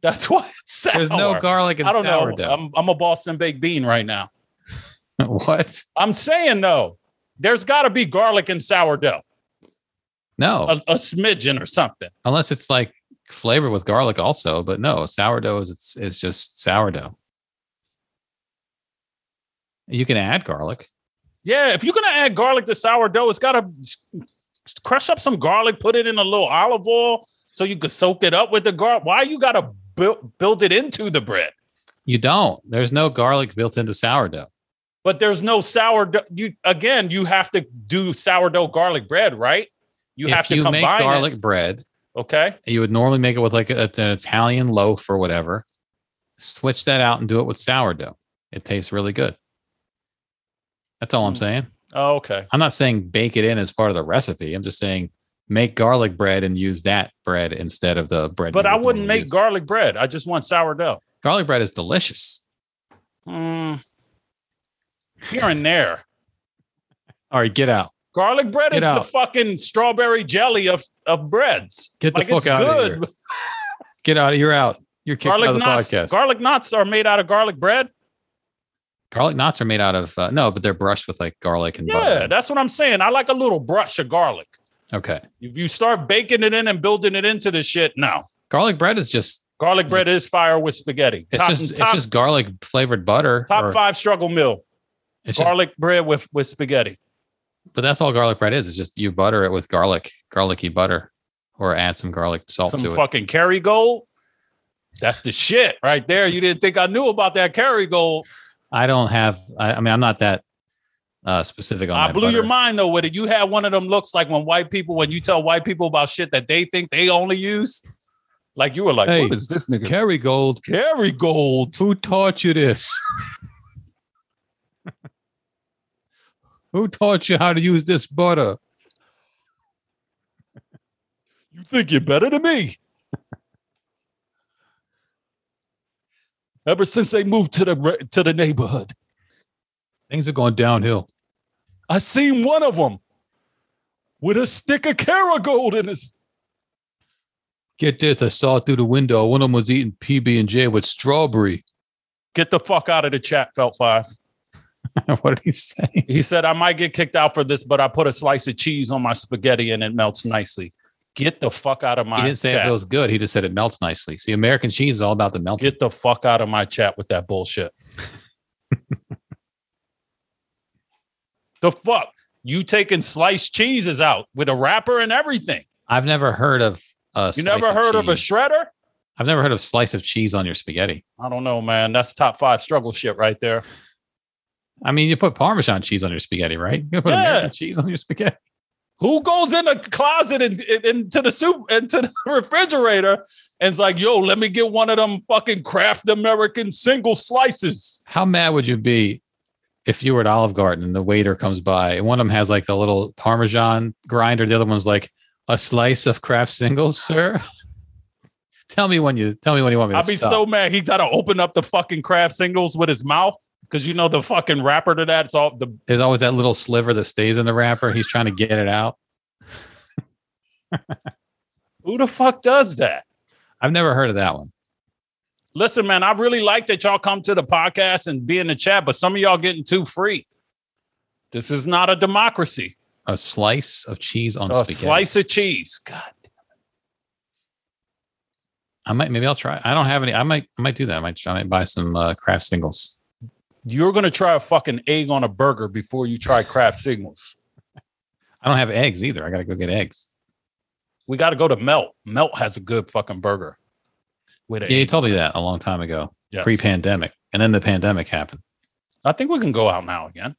S2: That's why it's sour.
S1: There's no garlic in
S2: I don't know.
S1: sourdough.
S2: I'm, I'm a Boston baked bean right now. Um,
S1: what?
S2: I'm saying though, there's got to be garlic in sourdough,
S1: No,
S2: a, a smidgen or something.
S1: unless it's like flavored with garlic also. But no, sourdough is it's, it's just sourdough. You can add garlic.
S2: Yeah, if you're gonna add garlic to sourdough, it's got to crush up some garlic, put it in a little olive oil so you could soak it up with the garlic. Why you got to build build it into the bread?
S1: You don't. There's no garlic built into sourdough.
S2: But there's no sourdough. You again, you have to do sourdough garlic bread, right? You
S1: if
S2: have to
S1: you
S2: combine
S1: make garlic
S2: It.
S1: bread,
S2: Okay.
S1: you would normally make it with like a- an Italian loaf or whatever. Switch that out and do it with sourdough. It tastes really good. That's all I'm
S2: Mm.
S1: saying.
S2: Oh, okay.
S1: I'm not saying bake it in as part of the recipe. I'm just saying make garlic bread and use that bread instead of the bread.
S2: But
S1: you
S2: I
S1: would
S2: wouldn't
S1: normally
S2: make
S1: use.
S2: garlic bread. I just want sourdough.
S1: garlic bread is delicious.
S2: Mm. Here and there.
S1: All right, get out.
S2: Garlic bread
S1: Get
S2: is the
S1: out.
S2: fucking strawberry jelly of, of breads.
S1: Get the
S2: Like,
S1: fuck
S2: it's
S1: out of
S2: good.
S1: here. Get out. You're out. You're kicked out
S2: Garlic
S1: of the
S2: knots.
S1: podcast.
S2: Garlic knots are made out of garlic bread.
S1: garlic knots are made out of uh, no, but they're brushed with like garlic and
S2: Yeah,
S1: butter.
S2: that's what I'm saying. I like a little brush of garlic.
S1: Okay,
S2: If you start baking it in and building it into the shit, no.
S1: garlic bread is just
S2: Garlic bread is fire with spaghetti.
S1: it's
S2: top
S1: just
S2: top,
S1: it's just garlic flavored butter.
S2: top
S1: or
S2: five struggle meal.
S1: It's just,
S2: Garlic bread with, with spaghetti.
S1: but that's all garlic bread is. It's just you butter it with garlic, garlicky butter, or add some garlic salt
S2: Some
S1: to it.
S2: fucking Kerrygold. That's the shit right there. You didn't think I knew about that Kerrygold.
S1: I don't have. I, I mean, I'm not that uh, specific on.
S2: I
S1: my
S2: blew your
S1: butter.
S2: mind though with it. You had one of them looks like when white people, when you tell white people about shit that they think they only use. Like you were like,
S1: Hey,
S2: what is this nigga?
S1: Kerrygold,
S2: Kerrygold.
S1: who taught you this? who taught you how to use this butter?
S2: You think you're better than me? Ever since they moved to the re- to the neighborhood,
S1: Things are going downhill.
S2: I seen one of them with a stick of Kerrygold in his.
S1: Get this! I saw it through the window. One of them was eating PB and J with strawberry.
S2: Get the fuck out of the chat, Felt Five.
S1: what did he say?
S2: He said I might get kicked out for this, but I put a slice of cheese on my spaghetti and it melts nicely. Get the fuck out of my
S1: He didn't say it
S2: chat.
S1: feels good. He just said it melts nicely. See, American cheese is all about the melting.
S2: Get the fuck out of my chat with that bullshit. the fuck? You taking sliced cheeses out with a wrapper and everything.
S1: I've never heard of. A
S2: You
S1: slice
S2: never heard of a
S1: cheese.
S2: shredder?
S1: I've never heard of slice of cheese on your spaghetti.
S2: I don't know, man. That's top five struggle shit right there.
S1: I mean, you put Parmesan cheese on your spaghetti, right? You put
S2: Yeah.
S1: American cheese on your spaghetti.
S2: Who goes in the closet and and- into the soup into the refrigerator and's like, yo, let me get one of them fucking craft American single slices.
S1: How mad would you be if you were at Olive Garden and the waiter comes by and one of them has like the little Parmesan grinder, the other one's like a slice of craft singles, sir? tell me when you tell me when you want me to
S2: I'd be
S1: stop.
S2: so mad. He gotta open up the fucking craft singles with his mouth because you know the fucking wrapper to that. It's all the
S1: There's always that little sliver that stays in the wrapper. He's trying to get it out.
S2: who the fuck does that?
S1: I've never heard of that one.
S2: Listen, man, I really like that y'all come to the podcast and be in the chat, but some of y'all getting too free. This is not a democracy.
S1: A slice of cheese on
S2: A
S1: spaghetti.
S2: slice of cheese. God,
S1: I might maybe I'll try. I don't have any. I might I might do that. I might try I might buy some uh, craft singles.
S2: you're gonna try a fucking egg on a burger before you try craft singles.
S1: I don't have eggs either. I gotta go get eggs.
S2: We gotta go to Melt. Melt has a good fucking burger. With an
S1: Yeah, you
S2: egg.
S1: told me that a long time ago,
S2: Yes.
S1: pre-pandemic, and then the pandemic happened.
S2: I think we can go out now again.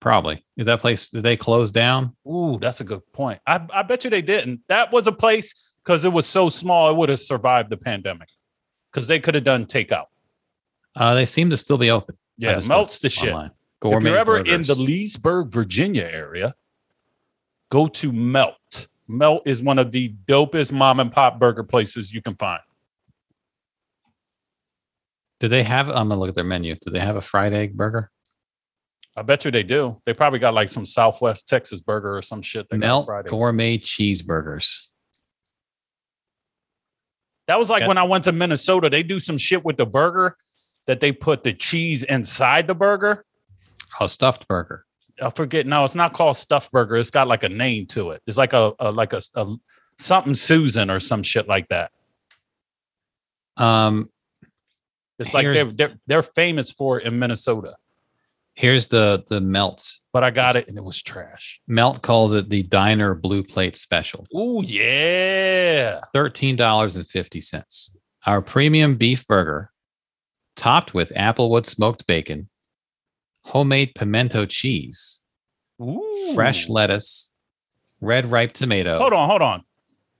S1: Probably is that place? Did they close down?
S2: Ooh, that's a good point. I, I bet you they didn't. That was a place because it was so small, it would have survived the pandemic because they could have done takeout.
S1: Uh, they seem to still be open. I
S2: Yeah,
S1: just looked
S2: melts the shit.
S1: online.
S2: If
S1: Gourmet
S2: you're ever in
S1: burgers.
S2: the Leesburg, Virginia area, go to Melt. Melt is one of the dopest mom and pop burger places you can find.
S1: do they have? I'm gonna look at their menu. Do they have a fried egg burger?
S2: I bet you they do. They probably got like some Southwest Texas burger or some shit. They got
S1: Melt
S2: Friday.
S1: gourmet cheeseburgers.
S2: That was like
S1: Yeah.
S2: when I went to Minnesota. They do some shit with the burger that they put the cheese inside the burger.
S1: Oh, stuffed burger.
S2: I forget. No, it's not called stuffed burger. It's got like a name to it. It's like a, a like a, a something Susan or some shit like that.
S1: Um,
S2: It's like they're,
S1: Here's-
S2: they're they're famous for it in Minnesota.
S1: here's the the melt.
S2: But I got it and it was trash.
S1: Melt calls it the diner blue plate special.
S2: Oh yeah,
S1: Thirteen dollars and fifty cents. Our premium beef burger topped with applewood smoked bacon, homemade pimento cheese,
S2: Ooh.
S1: fresh lettuce, red ripe tomato.
S2: Hold on, hold on.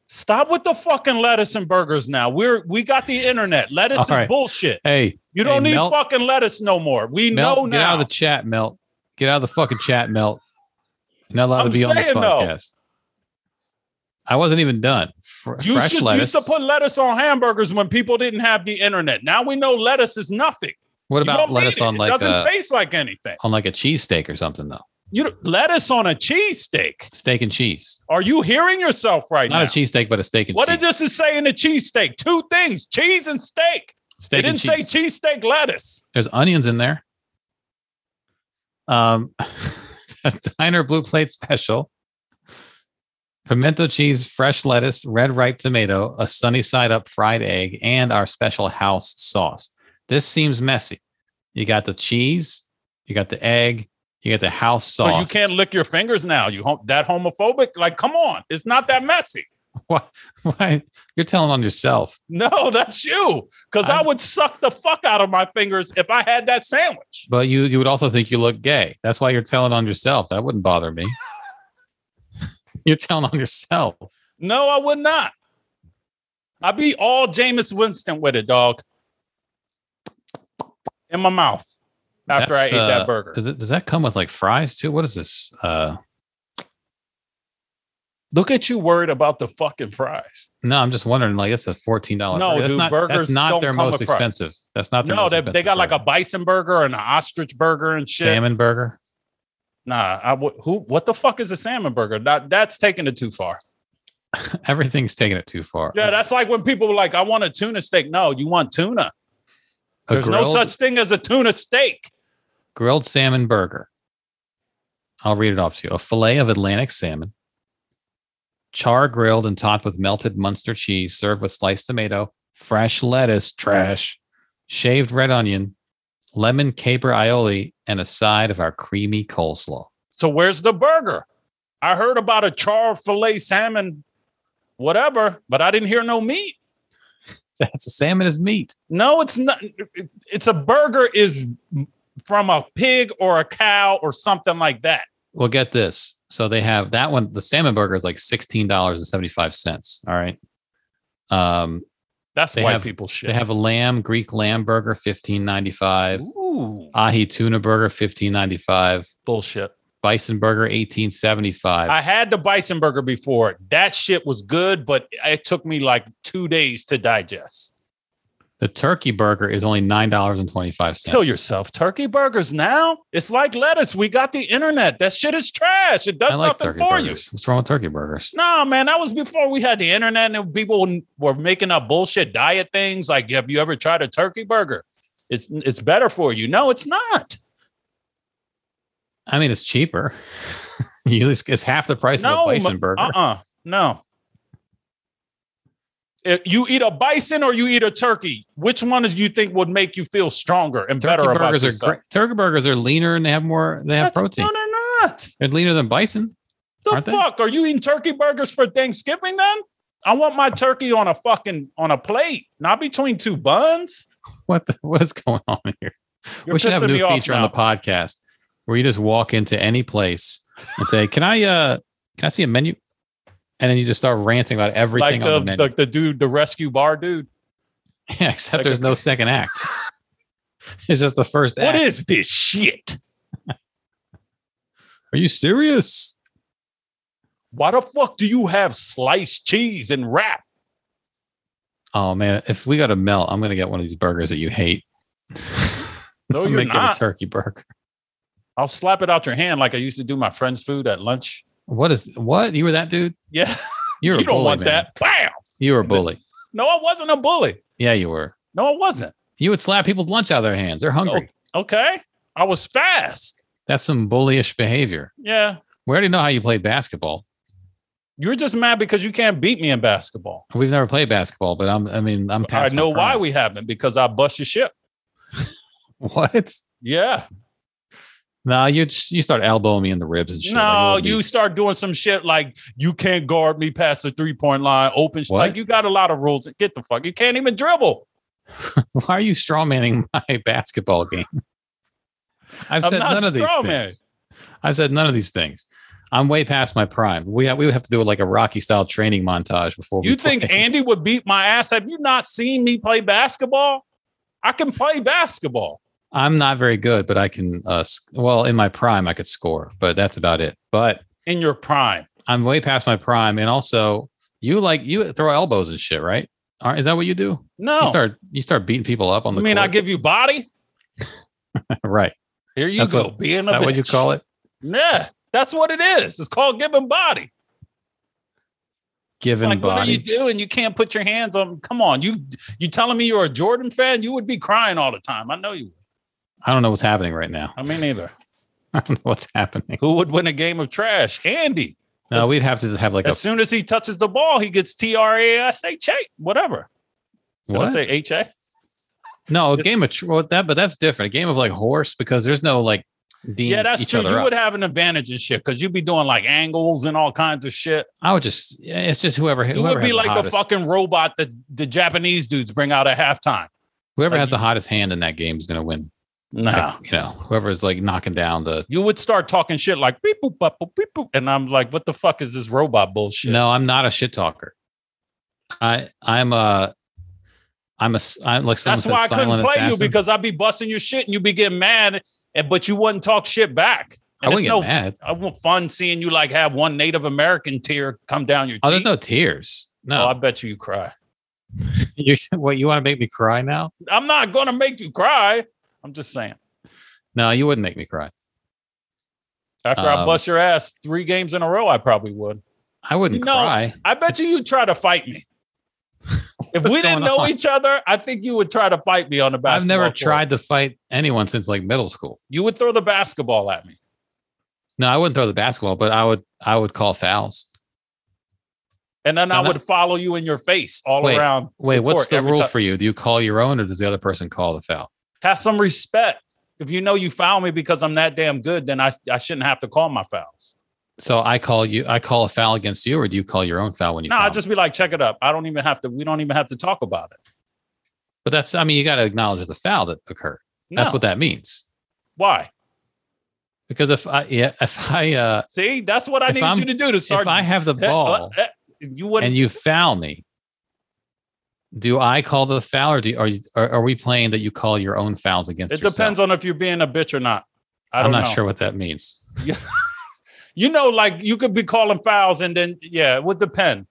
S2: Stop with the fucking lettuce and burgers now. We're we got the internet. Lettuce
S1: All
S2: is
S1: right.
S2: bullshit.
S1: Hey,
S2: You don't
S1: Hey,
S2: need
S1: Mel-
S2: fucking lettuce no more. We
S1: Melt,
S2: know
S1: get out
S2: now.
S1: of the chat, Melt. Get out of the fucking chat, Melt. You're not allowed
S2: I'm
S1: to be on this
S2: saying, though.
S1: podcast. I wasn't even done. Fr-
S2: you
S1: fresh
S2: should
S1: lettuce.
S2: used to put lettuce on hamburgers when people didn't have the internet. Now we know lettuce is nothing.
S1: what
S2: You
S1: about
S2: don't
S1: lettuce
S2: need it.
S1: on like uh,
S2: it doesn't
S1: a,
S2: taste like anything.
S1: on like a cheesesteak or something though?
S2: You don't- lettuce on a cheesesteak.
S1: Steak and cheese.
S2: Are you hearing yourself right
S1: Not
S2: now?
S1: a cheesesteak, but a steak and
S2: what
S1: cheese.
S2: did this is say in a cheesesteak? Two things: cheese and steak.
S1: Steak
S2: they
S1: and
S2: didn't
S1: cheese.
S2: say cheesesteak lettuce.
S1: There's onions in there. Um, diner blue plate special. Pimento cheese, fresh lettuce, red ripe tomato, a sunny side up fried egg, and our special house sauce. This seems messy. You got the cheese, you got the egg, you got the house sauce.
S2: So you can't lick your fingers now. You hom- that homophobic? Like, come on, it's not that messy.
S1: Why? You're telling on yourself.
S2: No, that's you. Because I
S1: I'm-
S2: would suck the fuck out of my fingers if I had that sandwich.
S1: But you you would also think you look gay. That's why you're telling on yourself. That wouldn't bother me. you're telling on yourself.
S2: No, I would not. I'd be all Jameis Winston with it, dog. In my mouth after
S1: That's,
S2: I ate
S1: uh,
S2: that burger.
S1: Does, it, does that come with like fries too? What is this? Uh,
S2: Look at you worried about the fucking fries.
S1: no, I'm just wondering. Like, it's a fourteen dollar.
S2: No,
S1: that's
S2: dude,
S1: not,
S2: burgers
S1: That's not
S2: don't
S1: their
S2: come
S1: most
S2: with fries.
S1: expensive. That's not their
S2: No,
S1: most
S2: they, they
S1: expensive
S2: got like a
S1: burger.
S2: bison burger and an ostrich burger and shit.
S1: salmon burger.
S2: Nah, I would. Who? What the fuck is a salmon burger? That that's taking it too far.
S1: Everything's taking it too far.
S2: Yeah, that's like when people were like, I want a tuna steak. No, you want tuna.
S1: A
S2: There's no
S1: grilled-
S2: such thing as a tuna steak.
S1: grilled salmon burger. I'll read it off to you. A fillet of Atlantic salmon, char grilled and topped with melted Munster cheese, served with sliced tomato, fresh lettuce, trash, shaved red onion, lemon caper aioli, and a side of our creamy coleslaw.
S2: So where's the burger? I heard about a char filet salmon, whatever, but I didn't hear no meat.
S1: That's a salmon is meat.
S2: No, it's not. it- It's a burger is from a pig or a cow or something like that.
S1: Well, get this. So they have that one. The salmon burger is like sixteen dollars and seventy five cents. All right. Um,
S2: That's
S1: They
S2: white
S1: have-
S2: people shit.
S1: they have a lamb Greek lamb burger fifteen ninety five.
S2: Ooh,
S1: Ahi tuna burger fifteen ninety five.
S2: bullshit.
S1: Bison burger eighteen seventy
S2: I
S1: five.
S2: had the bison burger before. That shit was good, but it took me like two days to digest.
S1: The turkey burger is only nine dollars and twenty five cents.
S2: Kill yourself. Turkey burgers now? It's like lettuce. We got the internet. That shit is trash. It does
S1: I like
S2: nothing
S1: turkey
S2: for
S1: burgers. What's wrong with turkey burgers?
S2: you. No, man, that was before we had the internet and people were making up bullshit diet things. Like, have you ever tried a turkey burger? It's it's better for you. No, it's not.
S1: I mean, it's cheaper. you at least it's half the price
S2: no,
S1: of a bison burger.
S2: Uh uh No. If you eat a bison or you eat a turkey, which one do you think would make you feel stronger and
S1: Turkey
S2: better about
S1: burgers are
S2: yourself?
S1: great. Turkey burgers are leaner and they have more. They have
S2: That's-
S1: protein.
S2: No, they're not.
S1: They're leaner than bison.
S2: The
S1: Aren't they?
S2: fuck? Are you eating turkey burgers for Thanksgiving then? I want my turkey on a fucking on a plate, not between two buns.
S1: what the, what is going on here?
S2: You're
S1: we should have a
S2: pissing me
S1: new
S2: off
S1: feature on the
S2: now.
S1: podcast where you just walk into any place and say, "Can I uh can I see a menu?" And then you just start ranting about everything
S2: Like the,
S1: on the menu.
S2: the the dude, the rescue bar dude.
S1: Yeah, except
S2: like
S1: there's
S2: a-
S1: no second act. it's just the first
S2: What
S1: act.
S2: is this shit?
S1: Are you serious?
S2: Why the fuck do you have sliced cheese and wrap?
S1: Oh man, if we go to melt, I'm gonna get one of these burgers that you hate.
S2: No,
S1: I'm
S2: you're
S1: gonna get
S2: not.
S1: a turkey burger.
S2: I'll slap it out your hand like I used to do my friend's food at lunch.
S1: What is what? You were that dude?
S2: Yeah,
S1: You're
S2: you
S1: a
S2: don't
S1: bully,
S2: want
S1: man.
S2: that. Bam.
S1: You were a bully.
S2: No, I wasn't a bully.
S1: Yeah, you were.
S2: No, I wasn't.
S1: You would slap people's lunch out of their hands. They're hungry.
S2: Okay, I was fast.
S1: That's some bullyish behavior.
S2: Yeah,
S1: We already know how you played basketball.
S2: you're just mad because you can't beat me in basketball.
S1: We've never played basketball, but I'm I mean I'm
S2: I
S1: past my
S2: know why
S1: prime.
S2: we haven't because I bust your ship.
S1: what?
S2: Yeah.
S1: No, you just- you start elbowing me in the ribs and shit.
S2: No,
S1: Like, it would
S2: you
S1: be-
S2: start doing some shit like you can't guard me past the three point line, open. Sh-
S1: What?
S2: like you got a lot of rules. Get the fuck. You can't even dribble.
S1: Why are you strawmanning my basketball game? I've
S2: I'm
S1: said
S2: not
S1: none of these
S2: strawman.
S1: things. I've said none of these things. I'm way past my prime. We have, we would have to do like a Rocky style training montage before we
S2: You think
S1: play.
S2: Andy would beat my ass? Have you not seen me play basketball? I can play basketball.
S1: I'm not very good, but I can. Uh, sc- well, in my prime, I could score, but that's about it. But
S2: in your prime.
S1: I'm way past my prime, and also you like you throw elbows and shit, right? Aren't- Is that what you do? You
S2: No,
S1: start you start beating people up on
S2: I
S1: the.
S2: mean I
S1: court?
S2: give you body.
S1: right.
S2: Here you
S1: That's
S2: go,
S1: what-
S2: being a
S1: Is that what you
S2: bitch.
S1: call it?
S2: Yeah, that's what it is. It's called giving body.
S1: Given
S2: like, what are
S1: body.
S2: you doing? You can't put your hands on. Come on, you you telling me you're a Jordan fan? You would be crying all the time. I know you. would.
S1: I don't know what's happening right now.
S2: I mean, neither.
S1: I don't know what's happening.
S2: Who would win a game of trash? Andy.
S1: No,
S2: That's-
S1: we'd have to just have like a
S2: As soon as he touches the ball, he gets T R A S H A. Whatever. Did I
S1: what?
S2: say H A?
S1: No, a
S2: It's-
S1: game of tr- well, that, but that's different. A game of like horse because there's no like. Ding
S2: Yeah, that's
S1: each
S2: true.
S1: Other
S2: You
S1: up.
S2: would have an advantage and shit because you'd be doing like angles and all kinds of shit.
S1: I would just. yeah, It's just whoever.
S2: You
S1: whoever
S2: would
S1: has
S2: be like the
S1: hottest-
S2: fucking robot that the Japanese dudes bring out at halftime.
S1: Whoever
S2: like Ah.
S1: has the
S2: you-
S1: hottest hand in that game is going to win.
S2: Nah.
S1: Like, you know, whoever's like knocking down the.
S2: You would start talking shit like beep boop boop boop beep boop. And I'm like, what the fuck is this robot bullshit?
S1: No, I'm not a shit talker. I I'm a I'm a s- I'm like someone
S2: That's why I
S1: said, silent
S2: couldn't play
S1: assassin.
S2: you because I'd be busting your shit and you'd be getting mad, and but you wouldn't talk shit back.
S1: I
S2: And
S1: wouldn't
S2: it's
S1: get
S2: no
S1: mad.
S2: I want fun seeing you like have one Native American tear come down your
S1: Oh,
S2: cheek.
S1: there's no tears.
S2: Oh, I
S1: No,
S2: bet you you cry.
S1: you what you want to make me cry now?
S2: I'm not gonna make you cry. I'm just saying.
S1: No, you wouldn't make me cry.
S2: After I
S1: Um,
S2: bust your ass three games in a row, I probably would.
S1: I wouldn't
S2: No.
S1: cry.
S2: I bet you you'd try to fight me. If
S1: What's
S2: we didn't
S1: going
S2: know
S1: on?
S2: each other, I think you would try to fight me on the basketball.
S1: I've never
S2: court.
S1: tried to fight anyone since like middle school.
S2: You would throw the basketball at me.
S1: No, I wouldn't throw the basketball, but I would I would call fouls.
S2: And then
S1: So
S2: I
S1: now-
S2: would follow you in your face all
S1: Wait,
S2: around.
S1: Wait, what's
S2: court
S1: the
S2: every
S1: rule
S2: time.
S1: for you? Do you call your own or does the other person call the foul?
S2: Have some respect. If you know you foul me because I'm that damn good, then I, I shouldn't have to call my fouls.
S1: So I call you I call a foul against you or do you call your own foul when you
S2: No,
S1: foul
S2: I
S1: me?
S2: just be like, check it up. I don't even have to. We don't even have to talk about it.
S1: But that's, I mean, you got to acknowledge it's a foul that occurred. That's
S2: No.
S1: what that means.
S2: Why?
S1: Because if I, yeah, if I, uh,
S2: See, that's what I
S1: If
S2: needed
S1: I'm-
S2: you to do to start.
S1: if I have the
S2: Eh, eh,
S1: ball
S2: eh, you wouldn't.
S1: and you foul me, do I call the foul or, do you, are, you, are are we playing that you call your own fouls against?
S2: it depends
S1: yourself?
S2: on if you're being a bitch or not. I
S1: I'm
S2: don't
S1: not
S2: know.
S1: sure what that means.
S2: You know, like you could be calling fouls and then, yeah, it would depend.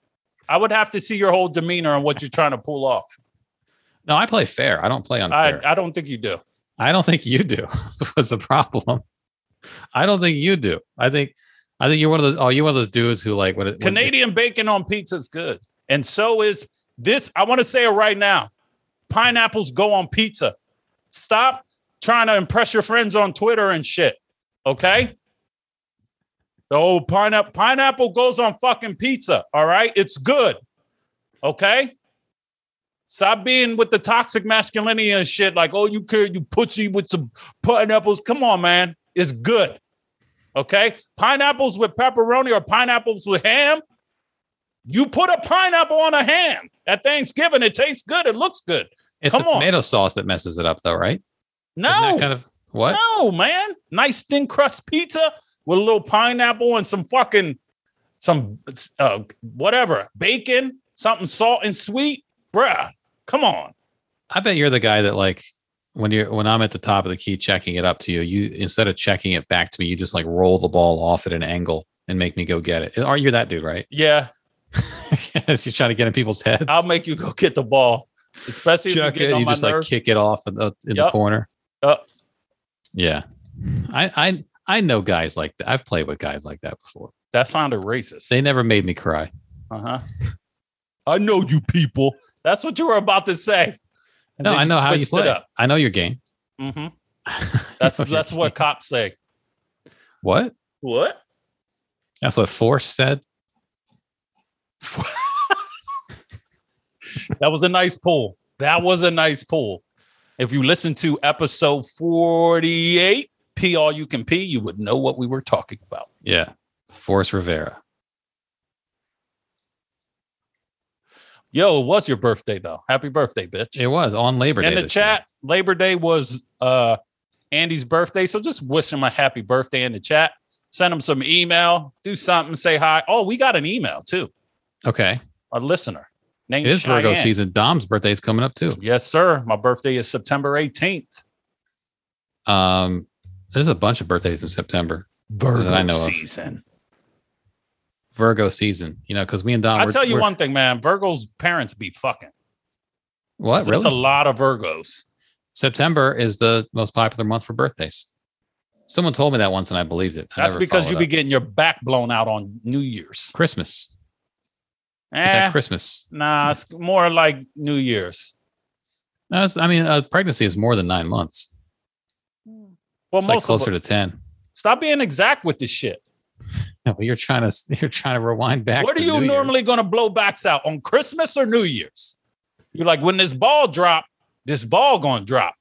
S2: I would have to see your whole demeanor and what you're trying to pull off.
S1: No, I play fair. I don't play
S2: I,
S1: unfair. I,
S2: I don't think you do.
S1: don't think you do. was the problem. I don't think you do. I think, I think you're one of those. Oh, you're one of those dudes who like when it, when-
S2: Canadian bacon on pizza is good. And so is this. I want to say it right now. Pineapples go on pizza. Stop trying to impress your friends on Twitter and shit. Okay? The old pineapple pineapple goes on fucking pizza. All right. It's good. Okay. Stop being with the toxic masculinity and shit. Like, oh, you could you pussy with some pineapples. Come on, man. It's good. Okay. Pineapples with pepperoni or pineapples with ham. You put a pineapple on a ham at Thanksgiving. It tastes good. It looks good.
S1: it's the
S2: come on.
S1: tomato sauce that messes it up, though, right? Isn't
S2: No.
S1: that kind of what?
S2: No, man. Nice thin crust pizza with a little pineapple and some fucking some uh, whatever bacon, something salt and sweet, bruh. Come on.
S1: I bet you're the guy that like when you're when I'm at the top of the key checking it up to you, you instead of checking it back to me, you just like roll the ball off at an angle and make me go get it. Are you that dude, right?
S2: Yeah,
S1: Yes, you're trying to get in people's heads.
S2: I'll make you go get the ball, especially if you
S1: Chuck
S2: get
S1: it,
S2: on
S1: you
S2: my
S1: just
S2: nerve.
S1: like kick it off in the, in the
S2: Yup.
S1: corner.
S2: Yup.
S1: Yeah. I I I know guys like that. I've played with guys like that before.
S2: that sounded racist.
S1: They never made me cry.
S2: Uh huh. I know you people. That's what you were about to say. And
S1: No,
S2: then
S1: I know how you
S2: switched it
S1: play.
S2: up.
S1: I know your game.
S2: hmm That's that's what cops say.
S1: what?
S2: What?
S1: That's what Force said.
S2: That was a nice pull. That was a nice pull. If you listen to episode 48, P All You Can Pee, you would know what we were talking about.
S1: Yeah. Force Rivera.
S2: Yo, it was your birthday though. Happy birthday, bitch.
S1: It was on Labor Day.
S2: in the
S1: this year.
S2: chat, Labor Day was uh Andy's birthday. So just wish him a happy birthday in the chat. Send him some email, do something, say hi. Oh, we got an email too.
S1: Okay.
S2: A listener named
S1: It is Virgo
S2: Cheyenne.
S1: season. Dom's birthday is coming up too.
S2: Yes, sir. My birthday is September 18th.
S1: Um, there's a bunch of birthdays in September. I
S2: Virgo
S1: know of.
S2: season.
S1: Virgo season, you know, because me and Dom.
S2: I
S1: we're-
S2: tell you
S1: we're-
S2: one thing, man. Virgo's parents be fucking.
S1: What
S2: There's
S1: really?
S2: a lot of Virgos.
S1: September is the most popular month for birthdays. Someone told me that once, and I believed it. I
S2: That's
S1: never
S2: because you
S1: followed
S2: be
S1: up.
S2: getting your back blown out on New Year's.
S1: Christmas. Get that
S2: Eh,
S1: Christmas.
S2: nah, it's more like New Year's.
S1: No, it's- I mean, uh, pregnancy is more than nine months.
S2: Well,
S1: It's
S2: most
S1: like closer
S2: of,
S1: to ten.
S2: stop being exact with this shit.
S1: No, but you're trying to you're trying to rewind back.
S2: What are
S1: to
S2: you
S1: New Year's.
S2: normally going to blow backs out on Christmas or New Year's? You're like, when this ball drop, this ball going to drop.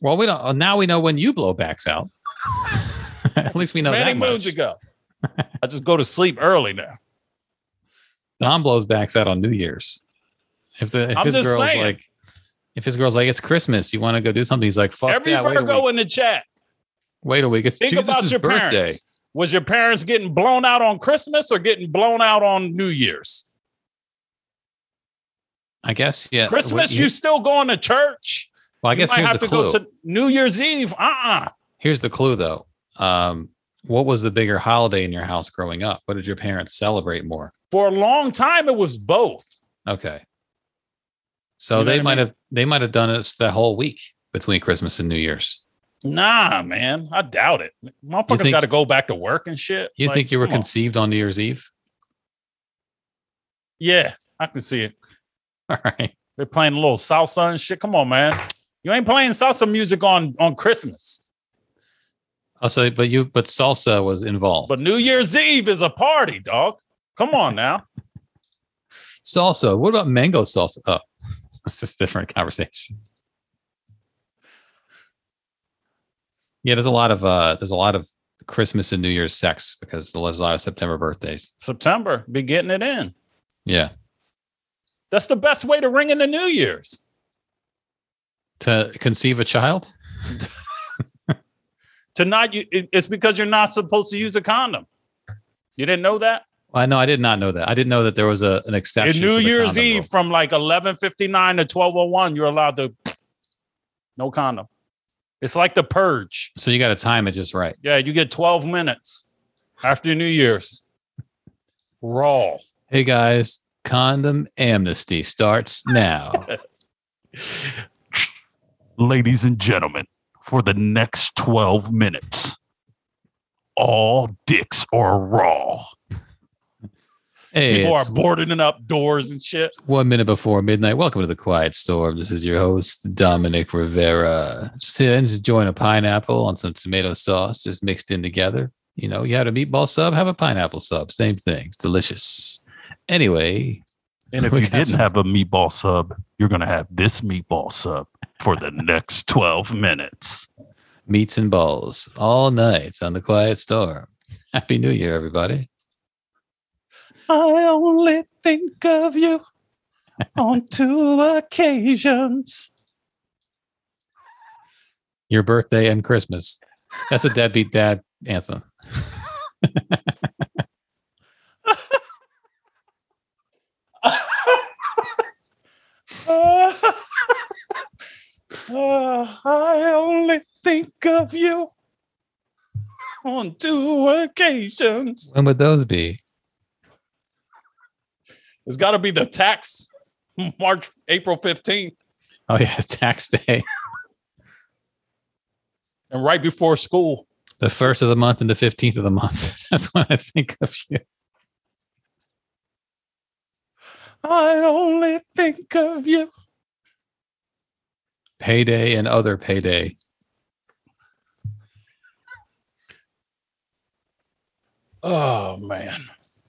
S1: Well, we don't. Now we know when you blow backs out. At least we know
S2: Many
S1: that much.
S2: moons ago. I just go to sleep early now.
S1: Dom blows backs out on New Year's. If the if
S2: I'm
S1: his
S2: just
S1: girl's
S2: saying.
S1: like, if his girl's like, it's Christmas, you want to go do something? He's like, fuck
S2: Every
S1: that. Wait a
S2: Virgo
S1: week.
S2: in the chat,
S1: Wait a week. It's
S2: think
S1: Jesus'
S2: about your
S1: birthday.
S2: parents. Was your parents getting blown out on Christmas or getting blown out on New Year's?
S1: I guess. Yeah.
S2: Christmas,
S1: Wait,
S2: you, still going to church?
S1: Well, I guess
S2: you might
S1: here's
S2: have
S1: the
S2: to
S1: clue.
S2: go to New Year's Eve. Uh-uh.
S1: Here's the clue, though. Um, what was the bigger holiday in your house growing up? What did your parents celebrate more?
S2: For a long time, it was both.
S1: Okay. So
S2: You know
S1: they
S2: what I
S1: might
S2: mean?
S1: have they might have done it the whole week between Christmas and New Year's.
S2: Nah, man, I doubt it. Motherfuckers
S1: think-
S2: got to go back to work and shit.
S1: You
S2: Like,
S1: think you were
S2: come on.
S1: conceived on New Year's Eve?
S2: Yeah, I can see it.
S1: All right.
S2: They're playing a little salsa and shit. Come on, man. You ain't playing salsa music on on Christmas,
S1: Oh, so but you but salsa was involved.
S2: but New Year's Eve is a party, dog. Come on now.
S1: salsa. What about mango salsa? Oh, it's just a different conversation. Yeah, there's a lot of uh there's a lot of Christmas and New Year's sex because there's a lot of September birthdays.
S2: September, be getting it in.
S1: Yeah.
S2: That's the best way to ring in the New Year's.
S1: To conceive a child?
S2: To not you, it- it's because you're not supposed to use a condom. You didn't know that
S1: I know I did not know that. I didn't know that there was a, an exception.
S2: in
S1: to
S2: New
S1: the
S2: Year's
S1: condom
S2: Eve
S1: rule.
S2: from like 11:59 to 12:01, you're allowed to no condom. It's like the purge.
S1: So you got to time it just right.
S2: Yeah, you get 12 minutes after New Year's. Raw.
S1: Hey guys, condom amnesty starts now.
S2: Ladies and gentlemen, for the next 12 minutes, all dicks are raw.
S1: hey,
S2: People
S1: it's
S2: are boarding up doors and shit.
S1: One minute before midnight. Welcome to the Quiet Storm. This is your host Dominic Rivera. Just here enjoying a pineapple on some tomato sauce, just mixed in together. You know, you had a meatball sub, have a pineapple sub. Same thing. It's delicious. Anyway,
S2: And if
S1: We
S2: you
S1: got
S2: didn't
S1: some-
S2: have a meatball sub, you're going to have this meatball sub for the next 12 minutes.
S1: meats and balls all night on the Quiet Storm. Happy New Year, everybody.
S2: I only think of you on two occasions.
S1: Your birthday and Christmas. That's a deadbeat dad anthem.
S2: Uh, I only think of you on two occasions.
S1: When would those be?
S2: It's got to be the tax, March, April 15th,
S1: Oh yeah, tax day.
S2: and right before school.
S1: The first of the month and the fifteenth of the month. That's when I think of you.
S2: I only think of you.
S1: payday and other payday.
S2: Oh, man.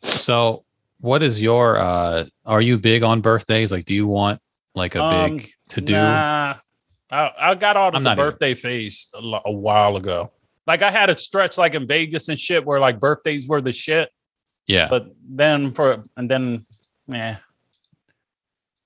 S1: So, what is your? uh Are you big on birthdays? Like, do you want like a
S2: Um,
S1: big to do?
S2: Nah, I, I got
S1: I'm
S2: out of the
S1: not either.
S2: birthday phase a, lo- a while ago. Like, I had a stretch like in Vegas and shit where like birthdays were the shit.
S1: yeah,
S2: but then for and then yeah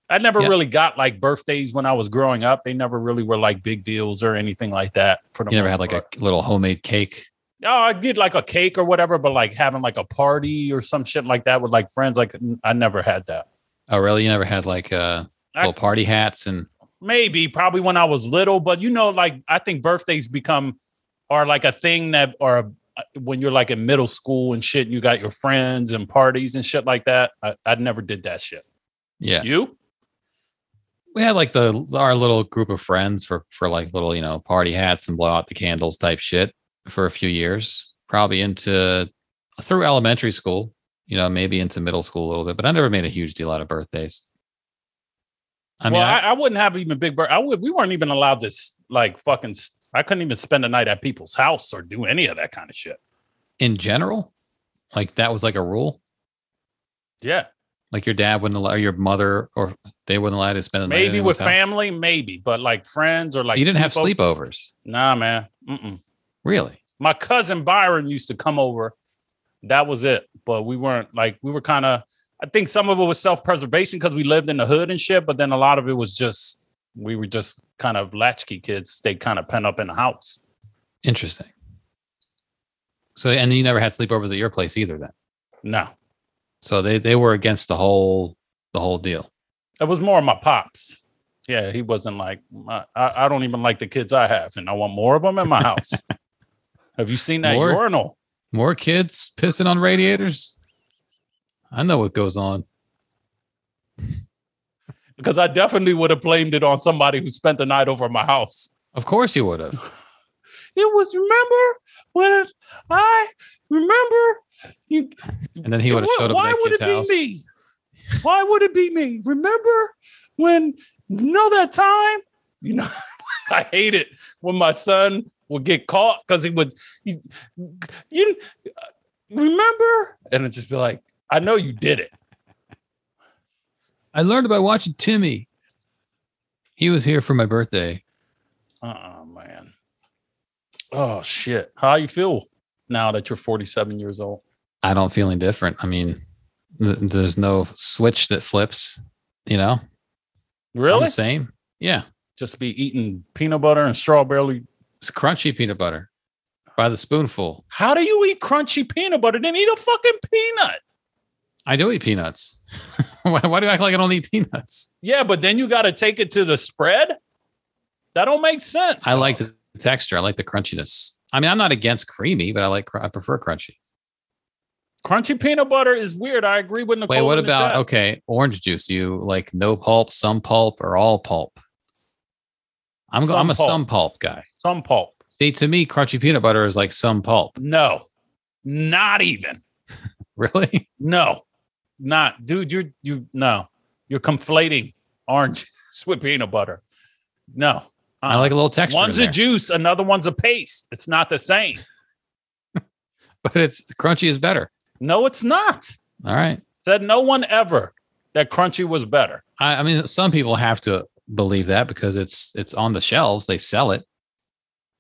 S2: I never
S1: Yeah.
S2: really got like birthdays when I was growing up. They never really were like big deals or anything like that. For the
S1: You never
S2: most
S1: had like a
S2: part.
S1: little homemade cake.
S2: oh, I did like a cake or whatever, but like having like a party or some shit like that with like friends, like n- I never had that.
S1: Oh, really? You never had like uh,
S2: I-
S1: little party hats and
S2: Maybe probably when I was little, but you know, like I think birthdays become are like a thing that are uh, when you're like in middle school and shit. You got your friends and parties and shit like that. I, I never did that shit.
S1: yeah.
S2: You?
S1: we had like the our little group of friends for for like little you know party hats and blow out the candles type shit for a few years probably into through elementary school you know maybe into middle school a little bit but i never made a huge deal out of birthdays i mean
S2: well,
S1: I,
S2: I, I wouldn't have even big bird. I would. We weren't even allowed to s- like fucking. s- I couldn't even spend a night at people's house or do any of that kind of shit.
S1: in general like that was like a rule
S2: Yeah,
S1: like your dad wouldn't allow or your mother or they wouldn't allow you to spend the night at
S2: maybe
S1: anyone's
S2: with
S1: house?
S2: family, maybe, but like friends or
S1: So
S2: like
S1: you didn't have
S2: sleepo-
S1: sleepovers
S2: Nah, man. Mm-mm.
S1: really
S2: My cousin Byron used to come over. That was it. But we weren't like we were kind of. I think some of it was self preservation because we lived in the hood and shit. But then a lot of it was just we were just kind of latchkey kids. Stayed kind of pent up in the house.
S1: interesting so and you never had sleepovers at your place either then
S2: No,
S1: So they they were against the whole the whole deal.
S2: It was more of my pops. Yeah, he wasn't like I, I I don't even like the kids I have, and I want more of them in my house. have you seen that
S1: More?
S2: urinal?
S1: More kids pissing on radiators. I know what goes on.
S2: Because I definitely would have blamed it on somebody who spent the night over at my house.
S1: Of course you would have.
S2: It was remember when I remember you.
S1: And then he would have
S2: Why-
S1: showed up
S2: Why
S1: at that
S2: would
S1: kid's
S2: it
S1: house.
S2: be me? Why would it be me? Remember when you know that time? You know, I hate it when my son would get caught because he would he- you remember and it'd just be like, I know you did it.
S1: I learned about watching Timmy. He was here for my birthday.
S2: Oh man. Oh shit. How you feel now that you're 47 years old?
S1: I don't feel any different. I mean, th- there's no switch that flips. You know, I'm
S2: Really?
S1: the same. Yeah,
S2: Just be eating peanut butter and strawberry.
S1: it's crunchy peanut butter by the spoonful.
S2: How do you eat crunchy peanut butter? Then eat a fucking peanut.
S1: I do eat peanuts. why, why do you act like I don't eat peanuts?
S2: Yeah, but then you got to take it to the spread. That don't make sense.
S1: I like the texture. I like the crunchiness. I mean, I'm not against creamy, but I like cr- I prefer crunchy.
S2: crunchy peanut butter is weird. I agree with Nicole.
S1: Wait, what
S2: in the
S1: about
S2: chat.
S1: okay, orange juice? You like no pulp, some pulp, or all pulp? I'm go-
S2: Some
S1: I'm a
S2: pulp.
S1: some pulp guy.
S2: some pulp?
S1: See, to me, crunchy peanut butter is like some pulp.
S2: No, not even.
S1: Really?
S2: No, not dude. You're you no. You're conflating orange juice with peanut butter. No, Uh-uh.
S1: I like a little texture. in
S2: Uh, one's a
S1: there.
S2: juice, another one's a paste. It's not the same.
S1: but it's crunchy is better.
S2: No, it's not.
S1: All right.
S2: Said no one ever that crunchy was better.
S1: I, I mean, some people have to believe that because it's it's on the shelves. They sell it.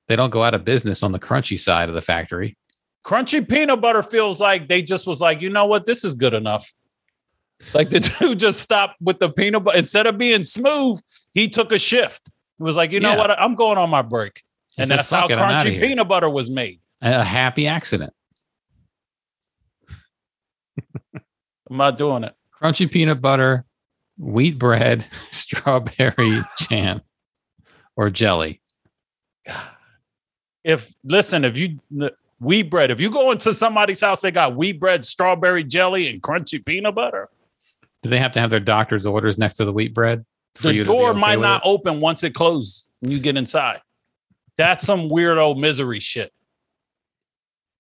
S1: They don't go out of business on the crunchy side of the factory.
S2: crunchy peanut butter feels like they just was like, you know what, this is good enough. Like the dude just stopped with the peanut butter instead of being smooth, he took a shift. He was like, you know
S1: Yeah.
S2: what, I'm going on my break,
S1: He
S2: and
S1: said,
S2: that's how
S1: "Fuck it, I'm outta
S2: crunchy
S1: here."
S2: peanut butter was made.
S1: A happy accident.
S2: I'm not doing it.
S1: crunchy peanut butter, wheat bread, strawberry jam, or jelly.
S2: If listen, if you wheat bread, if you go into somebody's house, they got wheat bread, strawberry jelly, and crunchy peanut butter.
S1: Do they have to have their doctor's orders next to the wheat bread? for you
S2: The
S1: to be
S2: door
S1: okay
S2: might
S1: with
S2: not
S1: it?
S2: open once it closes when you get inside. That's some weirdo misery shit.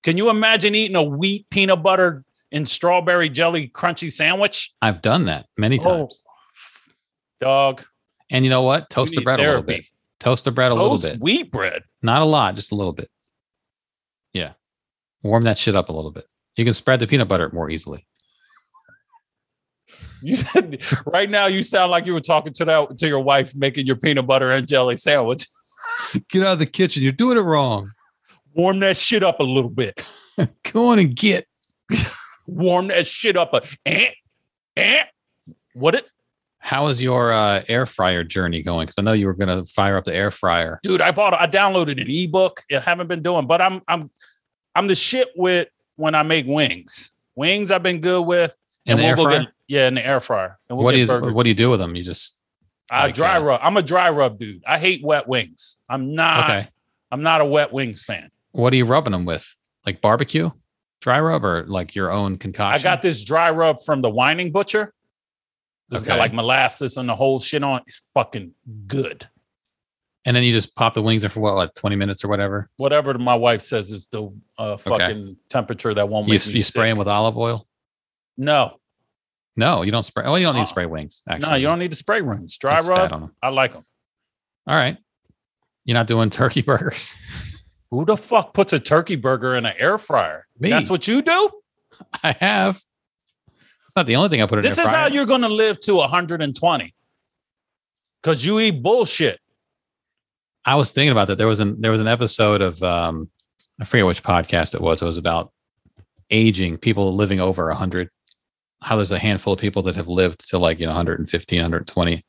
S2: Can you imagine eating a wheat peanut butter and strawberry jelly crunchy sandwich? Oh,
S1: I've done that many times.
S2: dog.
S1: And you know what?
S2: you
S1: Toast the
S2: need
S1: bread a little bit.
S2: therapy.
S1: Toast the bread a
S2: Toast
S1: little bit.
S2: wheat bread.
S1: Not a lot, just a little bit. Yeah. Warm that shit up a little bit. You can spread the peanut butter more easily.
S2: You said, right now you sound like you were talking to that to your wife making your peanut butter and jelly sandwich.
S1: Get out of the kitchen. You're doing it wrong.
S2: Warm that shit up a little bit.
S1: Go on and get.
S2: Warm that shit up a eh, eh. What it
S1: How is your uh, air fryer journey going? Because I know you were going to fire up the air fryer.
S2: dude i bought i downloaded an ebook it haven't been doing but i'm i'm i'm the shit with when i make wings wings i've been good with
S1: In the air
S2: we'll go
S1: fryer?
S2: get yeah in the air fryer and we'll
S1: what
S2: get
S1: is?
S2: burgers.
S1: What do you do with them? You just
S2: i
S1: like,
S2: dry
S1: uh,
S2: rub i'm a dry rub dude i hate wet wings i'm not
S1: okay.
S2: i'm not a wet wings fan
S1: What are you rubbing them with? Like barbecue, dry rub, or like your own
S2: i
S1: concoction?
S2: got this dry rub from the whining butcher It's got
S1: Okay.
S2: like molasses and the whole shit on it. it's fucking good
S1: And then you just pop the wings in for what, like twenty minutes or whatever.
S2: whatever my wife says is the uh, fucking temperature that won't
S1: You,
S2: make
S1: you
S2: me
S1: spray
S2: sick.
S1: them with olive oil.
S2: no
S1: No, you don't spray. Oh, you don't need
S2: Uh,
S1: to spray wings. Actually,
S2: no you don't need to spray rings dry
S1: It's
S2: rub
S1: fat on 'em.
S2: i like them
S1: All right, you're not doing turkey burgers.
S2: Who the fuck puts a turkey burger in an air fryer?
S1: Me.
S2: That's what you do.
S1: I have. It's not the only thing I put in.
S2: This
S1: air
S2: is
S1: fryer.
S2: how you're gonna live to 120. Cause you eat bullshit.
S1: I was thinking about that. There was an there was an episode of um I forget which podcast it was. It was about aging, people living over 100. How there's a handful of people that have lived to like, you know, 115, 120.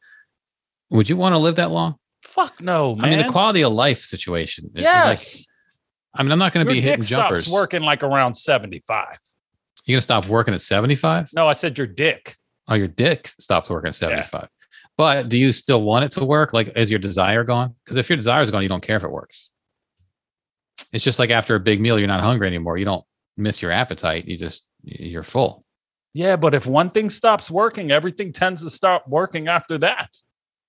S1: Would you want to live that long?
S2: Fuck no, man.
S1: I mean, the quality of life situation. It- like,
S2: yes.
S1: I mean, I'm not going to
S2: Your
S1: be
S2: dick
S1: hitting jumpers.
S2: stops working like around 75.
S1: You're going to stop working at 75?
S2: No, I said your dick.
S1: Oh, your dick stops working at 75. But do you still want it to work? Like, is your desire gone? Because if your desire is gone, you don't care if it works. It's just like after a big meal, you're not hungry anymore. You don't miss your appetite. You just, you're full.
S2: Yeah, but if one thing stops working, everything tends to stop working after that.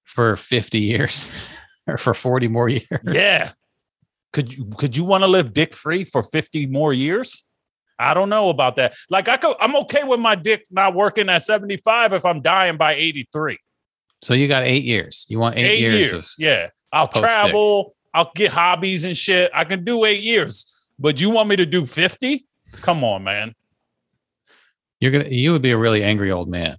S1: For 50 years or for 40 more years.
S2: Yeah. Could you could you want to live dick free for 50 more years? I don't know about that. Like I could I'm okay with my dick not working at 75 if I'm dying by 83.
S1: So you got eight years. You want eight, years. Of,
S2: yeah. I'll
S1: post-dick.
S2: travel, I'll get hobbies and shit. I can do 8 years. But you want me to do 50? Come on, man.
S1: you're going to, you would be a really angry old man.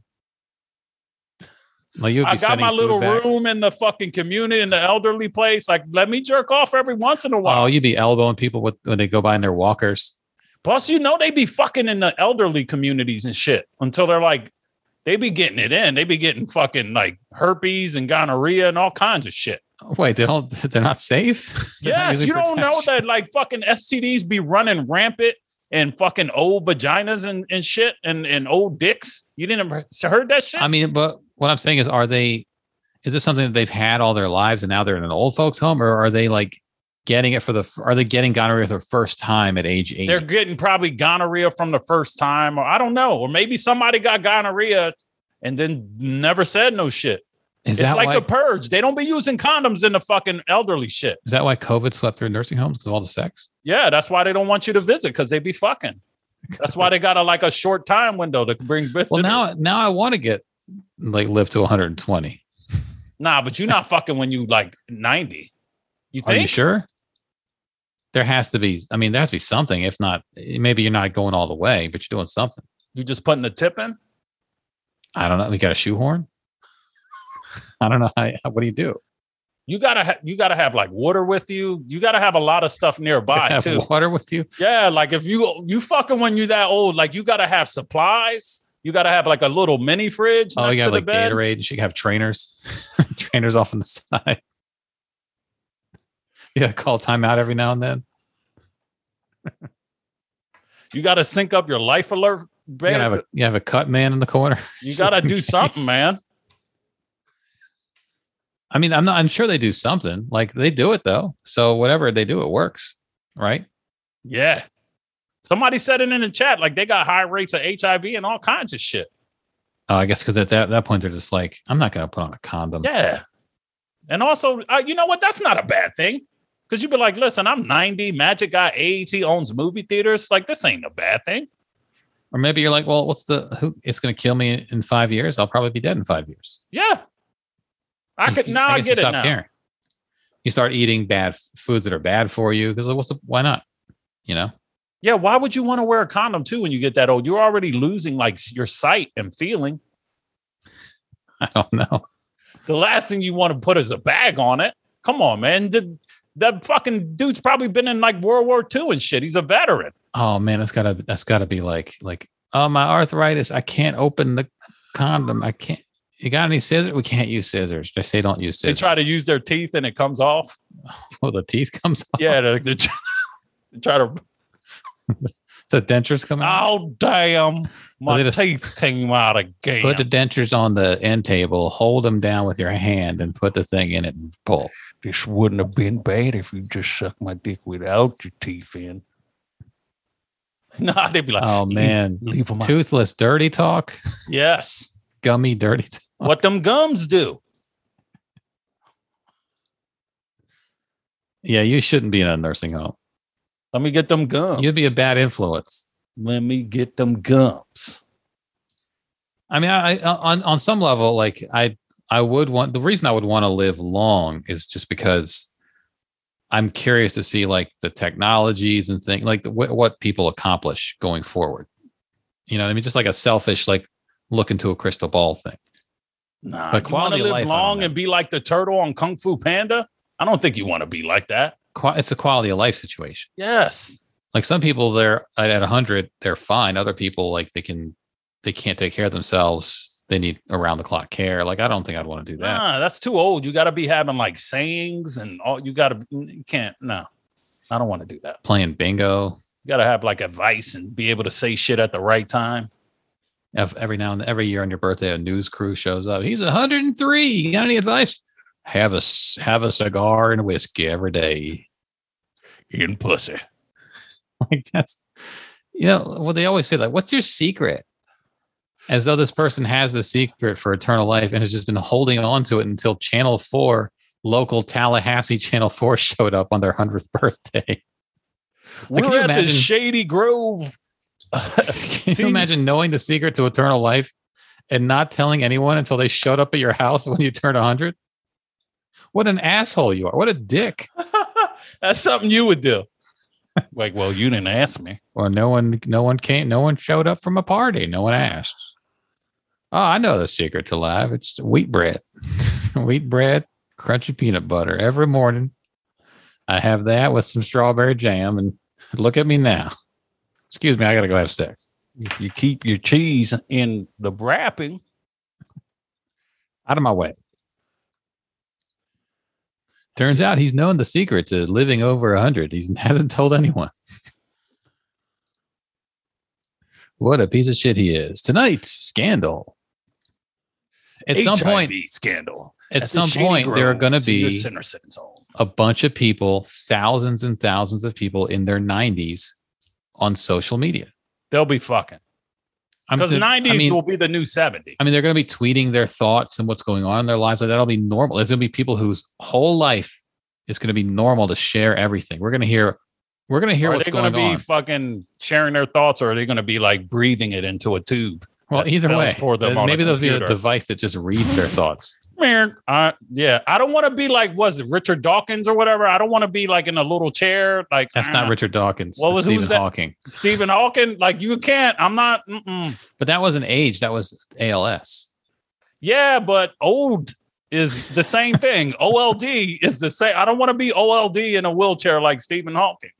S1: Like you would be
S2: I got
S1: sending
S2: my little
S1: food back.
S2: room in the fucking community in the elderly place. Like let me jerk off every once in a while.
S1: Oh, you'd be elbowing people with, when they go by in their walkers.
S2: Plus, you know, they be fucking in the elderly communities and shit until they're like, they be getting it in. They be getting fucking like herpes and gonorrhea and all kinds of shit.
S1: Wait, they don't. They're not safe. They're not
S2: yes,
S1: using
S2: you don't know
S1: protection?
S2: that like fucking STDs be running rampant and fucking old vaginas and, and shit and, and old dicks. You didn't ever heard that shit?
S1: I mean, but what I'm saying is, are they? Is this something that they've had all their lives and now they're in an old folks' home, or are they like getting it for the? Are they getting gonorrhea for the first time at age eight?
S2: they're getting probably gonorrhea from the first time, or I don't know, or maybe somebody got gonorrhea and then never said no shit.
S1: Is
S2: it's
S1: that
S2: like
S1: why?
S2: the purge. They don't be using condoms in the fucking elderly shit.
S1: is that why COVID swept through nursing homes because of all the sex?
S2: Yeah, that's why they don't want you to visit because they be fucking. That's why they got a like a short time window to bring visitors.
S1: Well, now now I want to get like live to 120.
S2: nah, but you're not fucking when you like ninety. You
S1: Are
S2: think?
S1: you sure? There has to be. I mean, there has to be something. If not, maybe you're not going all the way, but you're doing something.
S2: You just putting the tip in?
S1: I don't know. We got a shoehorn. I don't know. How, what do you do?
S2: You gotta ha- you gotta have like water with you. You gotta have a lot of stuff nearby
S1: have
S2: too.
S1: water with you.
S2: Yeah, like if you you fucking when you that old, like you gotta have supplies. You gotta have like a little mini fridge.
S1: Oh,
S2: next
S1: you got
S2: to the
S1: like
S2: bed.
S1: Gatorade. and You should have trainers, trainers off on the side. Yeah, call timeout every now and then.
S2: You gotta sync up your life alert.
S1: You
S2: Bed.
S1: gotta have a you have a cut man in the corner.
S2: you
S1: just
S2: gotta
S1: in
S2: do
S1: case.
S2: something, man.
S1: I mean, I'm not. I'm sure they do something. Like they do it though. So whatever they do, it works, right?
S2: Yeah. Somebody said it in the chat, like they got high rates of HIV and all kinds of shit.
S1: Oh, I guess because at that, that point they're just like, I'm not gonna put on a condom.
S2: Yeah. And also, uh, you know what? That's not a bad thing. Cause you'd be like, listen, I'm 90, Magic guy, AET owns movie theaters. Like, this ain't a bad thing.
S1: Or maybe you're like, well, what's the? Who? It's gonna kill me in five years. I'll probably be dead in five years.
S2: Yeah. I
S1: You-
S2: could
S1: you-
S2: now I,
S1: Hmm, guess you
S2: get it
S1: stop
S2: now.
S1: caring. You start eating bad f- foods that are bad for you because what's the, why not? You know.
S2: Yeah, why would you want to wear a condom too when you get that old? You're already losing like s- your sight and feeling.
S1: I don't know.
S2: The last thing you want to put is a bag on it. Come on, man. The, that fucking dude's probably been in like World War II and shit. He's a veteran.
S1: Oh man, that's gotta that's gotta be like like oh my arthritis. I can't open the condom. I can't. you got any scissors? We can't use scissors. They say don't use
S2: They
S1: scissors.
S2: try to use their teeth and it comes off.
S1: oh, the teeth comes off.
S2: Yeah, they, they try, they try to.
S1: The dentures come out.
S2: Oh damn! My
S1: They just-
S2: teeth came out again.
S1: Put the dentures on the end table, hold them down with your hand, and put the thing in it and pull.
S2: this wouldn't have been bad if you just sucked my dick without your teeth in. Nah, they'd be like,
S1: Oh man,
S2: leave them out.
S1: toothless dirty talk,
S2: Yes.
S1: gummy dirty. Talk.
S2: What them gums do?
S1: Yeah, you shouldn't be in a nursing home.
S2: Let me get them gums.
S1: You'd be a bad influence.
S2: Let me get them gums.
S1: I mean, I, I on on some level, like I I would want the reason I would want to live long is just because I'm curious to see like the technologies and things like what what people accomplish going forward. You know, what I mean, just like a selfish like look into a crystal ball thing.
S2: Nah,
S1: But
S2: you want
S1: quality
S2: to
S1: of life, I don't
S2: live long
S1: know.
S2: and be like the turtle on Kung Fu Panda? I don't think you want to be like that.
S1: Qua- It's a quality of life situation.
S2: Yes.
S1: Like some people, they're at at 100, they're fine. Other people, like they can, they can't take care of themselves. They need around the clock care. Like I don't think I'd want to do that.
S2: Nah, that's too old. You got to be having like sayings and all. You got to, you can't, no. I don't want to do that.
S1: Playing bingo,
S2: You got to have like advice and be able to say shit at the right time.
S1: Ev- every now and every year on your birthday, a news crew shows up. He's 103. You got any advice? Have a c- have a cigar and a whiskey every day.
S2: in pussy.
S1: Like that's you know well they always say like what's your secret? As though this person has the secret for eternal life and has just been holding on to it until Channel Four, local Tallahassee Channel Four, showed up on their hundredth birthday.
S2: We're
S1: can
S2: at
S1: you
S2: the
S1: imagine-
S2: Shady Grove.
S1: Can
S2: See,
S1: you imagine knowing the secret to eternal life and not telling anyone until they showed up at your house when you turned 100? What an asshole you are. What a dick.
S2: That's something you would do. Like, well, you didn't ask me.
S1: Well, no one no one came, no one showed up from a party. No one asked. Oh, I know the secret to life. It's wheat bread. wheat bread, crunchy peanut butter every morning. I have that with some strawberry jam and look at me now. Excuse me, I got to go have sex.
S2: If you keep your cheese in the wrapping,
S1: out of my way. Turns out he's known the secret to living over 100. He hasn't told anyone. What a piece of shit he is. Tonight, scandal. At some point,
S2: HIV scandal.
S1: at
S2: the
S1: some
S2: Shady
S1: point, there are
S2: Grove
S1: going to
S2: Senior
S1: be
S2: Citizen's Home.
S1: a bunch of people, thousands and thousands of people in their 90s on social media.
S2: They'll be fucking
S1: I'm
S2: because
S1: I
S2: nineties
S1: mean-
S2: will be the new seventy.
S1: I mean, they're going to be tweeting their thoughts and what's going on in their lives. Like that'll be normal. There's going to be people whose whole life is going to be normal to share everything. We're going to hear, we're going to hear
S2: Are
S1: what's
S2: they going
S1: going
S2: to be
S1: on.
S2: fucking sharing their thoughts, or are they going to be like breathing it into a tube?
S1: Well,
S2: that's
S1: either
S2: spells
S1: way,
S2: for them
S1: uh,
S2: on a
S1: maybe there'll be a
S2: computer.
S1: device that just reads their thoughts.
S2: Man, I, yeah, I don't want to be like was it Richard Dawkins or whatever. I don't want to be like in a little chair. Like
S1: That's not
S2: "Ah."
S1: Richard Dawkins.
S2: Well,
S1: Well,
S2: who's
S1: Stephen
S2: that?
S1: Hawking.
S2: Stephen Hawking, like you can't. I'm not. Mm-mm.
S1: But that wasn't age. That was ALS.
S2: Yeah, but old is the same thing. OLD is the same. I don't want to be OLD in a wheelchair like Stephen Hawking.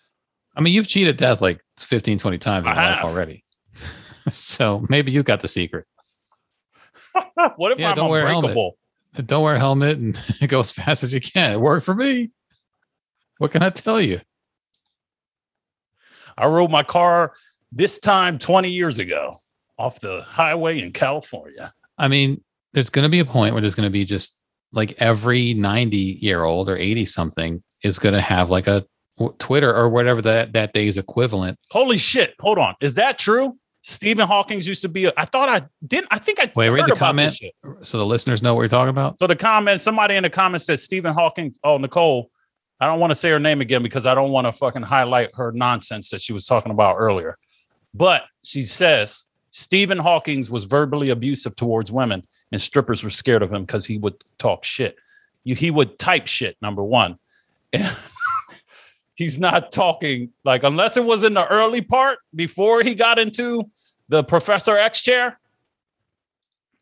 S1: I mean, you've cheated death like 15, 20 times in
S2: I
S1: your life
S2: have.
S1: already. so maybe you've got the secret.
S2: What if
S1: Yeah,
S2: I'm
S1: don't wear a helmet.
S2: unbreakable?
S1: Don't wear a helmet and go as fast as you can. It worked for me. What can I tell you?
S2: I rode my car this time 20 years ago off the highway in California.
S1: I mean, there's going to be a point where there's going to be just like every 90 year old or 80 something is going to have like a w- Twitter or whatever that that day's equivalent.
S2: Holy shit! Hold on, is that true? Stephen Hawking's used to be. A, I thought I didn't. I think I
S1: Wait, read
S2: heard
S1: the
S2: about
S1: comment.
S2: this shit.
S1: So the listeners know what you're talking about.
S2: So the comment, somebody in the comments said Stephen Hawking. Oh, Nicole, I don't want to say her name again because I don't want to fucking highlight her nonsense that she was talking about earlier. But she says Stephen Hawking was verbally abusive towards women, and strippers were scared of him because he would talk shit. You, he would type shit. Number one, he's not talking like unless it was in the early part before he got into the Professor X chair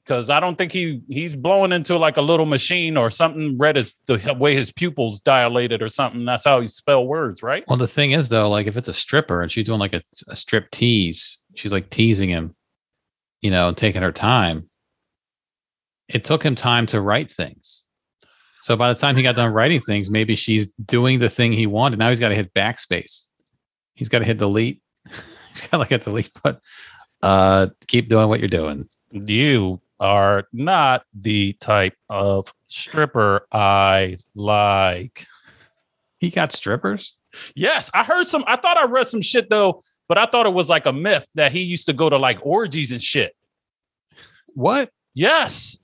S2: because I don't think he he's blowing into like a little machine or something. Read his the way his pupils dilated or something. That's how you spell words, right?
S1: Well, the thing is though, like if it's a stripper and she's doing like a, a strip tease, she's like teasing him, you know, and taking her time. it took him time to write things. So by the time he got done writing things, maybe she's doing the thing he wanted. Now he's got to hit backspace. He's got to hit delete. he's got like a delete button. Uh, keep doing what you're doing.
S2: You are not the type of stripper I like.
S1: He got strippers.
S2: Yes, I heard some. I thought I read some shit though, but I thought it was like a myth that he used to go to like orgies and shit.
S1: What?
S2: Yes,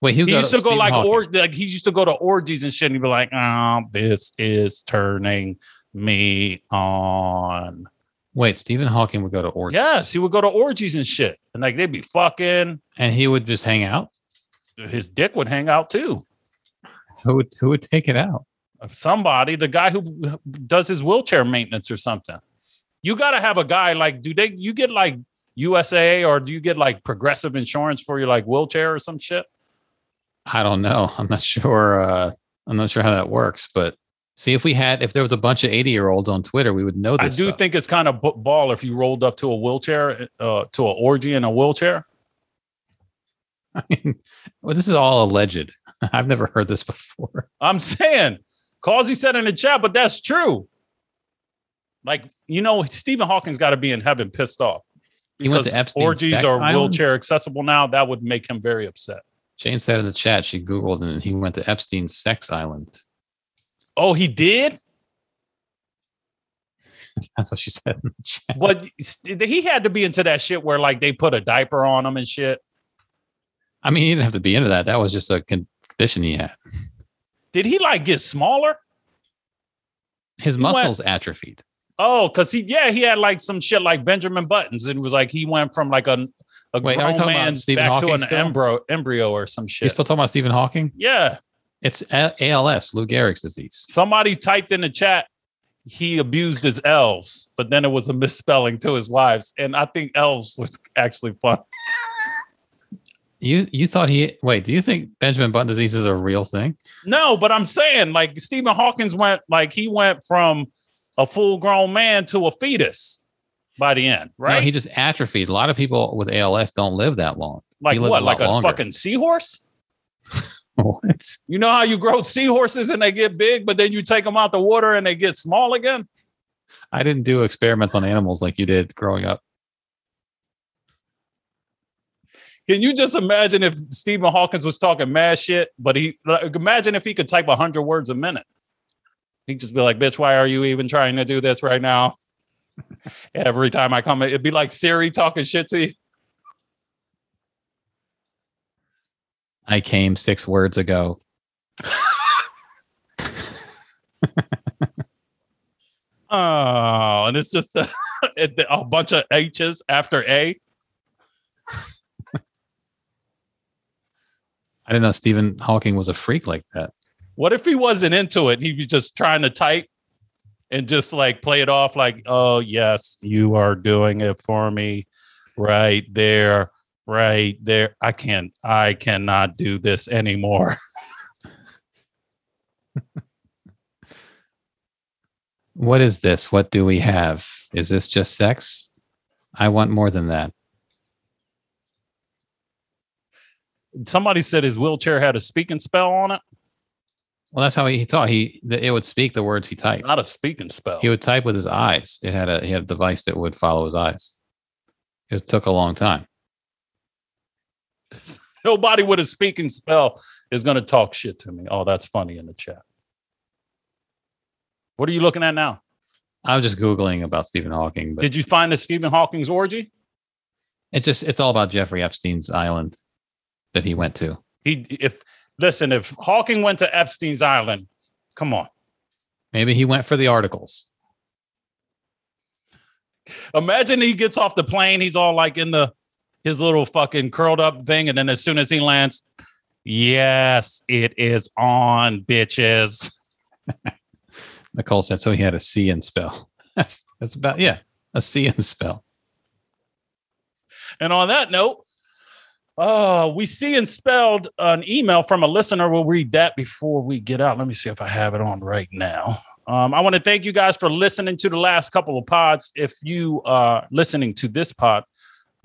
S1: Wait, he,
S2: he used to go
S1: Stephen
S2: like
S1: Hawking.
S2: or like he used to go to orgies and shit, and he'd be like, "Oh, this is turning me on."
S1: Wait, Stephen Hawking would go to orgies.
S2: Yes, he would go to orgies and shit, and like they'd be fucking.
S1: and he would just hang out.
S2: His dick would hang out too.
S1: Who would who would take it out?
S2: Somebody, the guy who does his wheelchair maintenance or something. You got to have a guy like. Do they? You get like USA or do you get like Progressive insurance for your like wheelchair or some shit?
S1: I don't know. I'm not sure. Uh, I'm not sure how that works. But see, if we had, if there was a bunch of 80 year olds on Twitter, we would know
S2: I
S1: this.
S2: do
S1: stuff.
S2: think it's kind of ball if you rolled up to a wheelchair, uh, to an orgy in a wheelchair.
S1: I mean, well, this is all alleged. I've never heard this before.
S2: I'm saying, Causey said in the chat, but that's true. Like, you know, Stephen Hawking's got to be in heaven pissed off.
S1: He went to
S2: Because
S1: Epstein's
S2: orgies
S1: sex
S2: are
S1: island?
S2: wheelchair accessible now. That would make him very upset.
S1: Jane said in the chat she googled and he went to Epstein's sex island.
S2: Oh, he did?
S1: That's what she said. in the chat.
S2: But he had to be into that shit where like they put a diaper on him and shit.
S1: I mean, he didn't have to be into that. That was just a condition he had.
S2: Did he like get smaller?
S1: His
S2: went-
S1: muscles atrophied.
S2: Oh, because he yeah, he had like some shit like Benjamin Buttons, and it was like he went from like a,
S1: Wait, are we
S2: a grown
S1: talking about
S2: man
S1: Stephen
S2: back to
S1: Hawking
S2: an
S1: still?
S2: embryo embryo or some
S1: You're
S2: shit.
S1: still talking about Stephen Hawking?
S2: yeah.
S1: It's A- ALS, Lou Gehrig's disease.
S2: Somebody typed in the chat he abused his elves, but then it was a misspelling to his wives, and I think elves was actually fun.
S1: You you thought he wait? Do you think Benjamin Button disease is a real thing?
S2: No, but I'm saying like Stephen Hawkins went like he went from a full grown man to a fetus by the end,
S1: No,
S2: right?
S1: he just atrophied. A lot of people with ALS don't live that long.
S2: like
S1: he lived
S2: what,
S1: a
S2: like
S1: lot
S2: a
S1: longer.
S2: fucking seahorse?
S1: What?
S2: You know how you grow seahorses and they get big, but then you take them out the water and they get small again?
S1: I didn't do experiments on animals like you did growing up.
S2: Can you just imagine if Stephen Hawkins was talking mad shit, but he like, imagine if he could type 100 words a minute? He'd just be like, bitch, why are you even trying to do this right now? Every time I come, it'd be like Siri talking shit to you.
S1: I came six words ago.
S2: Oh, and it's just a, it- a bunch of H's after A.
S1: I didn't know Stephen Hawking was a freak like that.
S2: What if he wasn't into it? He was just trying to type and just like play it off like, oh, yes, you are doing it for me right there, right there. I can't, I cannot do this anymore.
S1: What is this? What do we have? Is this just sex? I want more than that.
S2: Somebody said his wheelchair had a speaking spell on it.
S1: Well, that's how he taught. He that it would speak the words he typed.
S2: Not a speaking spell.
S1: He would type with his eyes. It had a he had a device that would follow his eyes. It took a long time.
S2: Nobody with a speaking spell is going to talk shit to me. Oh, that's funny in the chat. What are you looking at now?
S1: I was just googling about Stephen Hawking, but
S2: Did you find the Stephen Hawking's orgy?
S1: it's just it's all about Jeffrey Epstein's island that he went to.
S2: He if listen, if Hawking went to Epstein's island, come on.
S1: Maybe he went for the articles.
S2: Imagine he gets off the plane, he's all like in the his little fucking curled up thing, and then as soon as he lands, yes, it is on, bitches.
S1: Nicole said so he had a C in spell. That's that's about yeah, a C in spell.
S2: And on that note, uh, we see and spelled an email from a listener. We'll read that before we get out. Let me see if I have it on right now. Um, I want to thank you guys for listening to the last couple of pods. If you are uh, listening to this pod,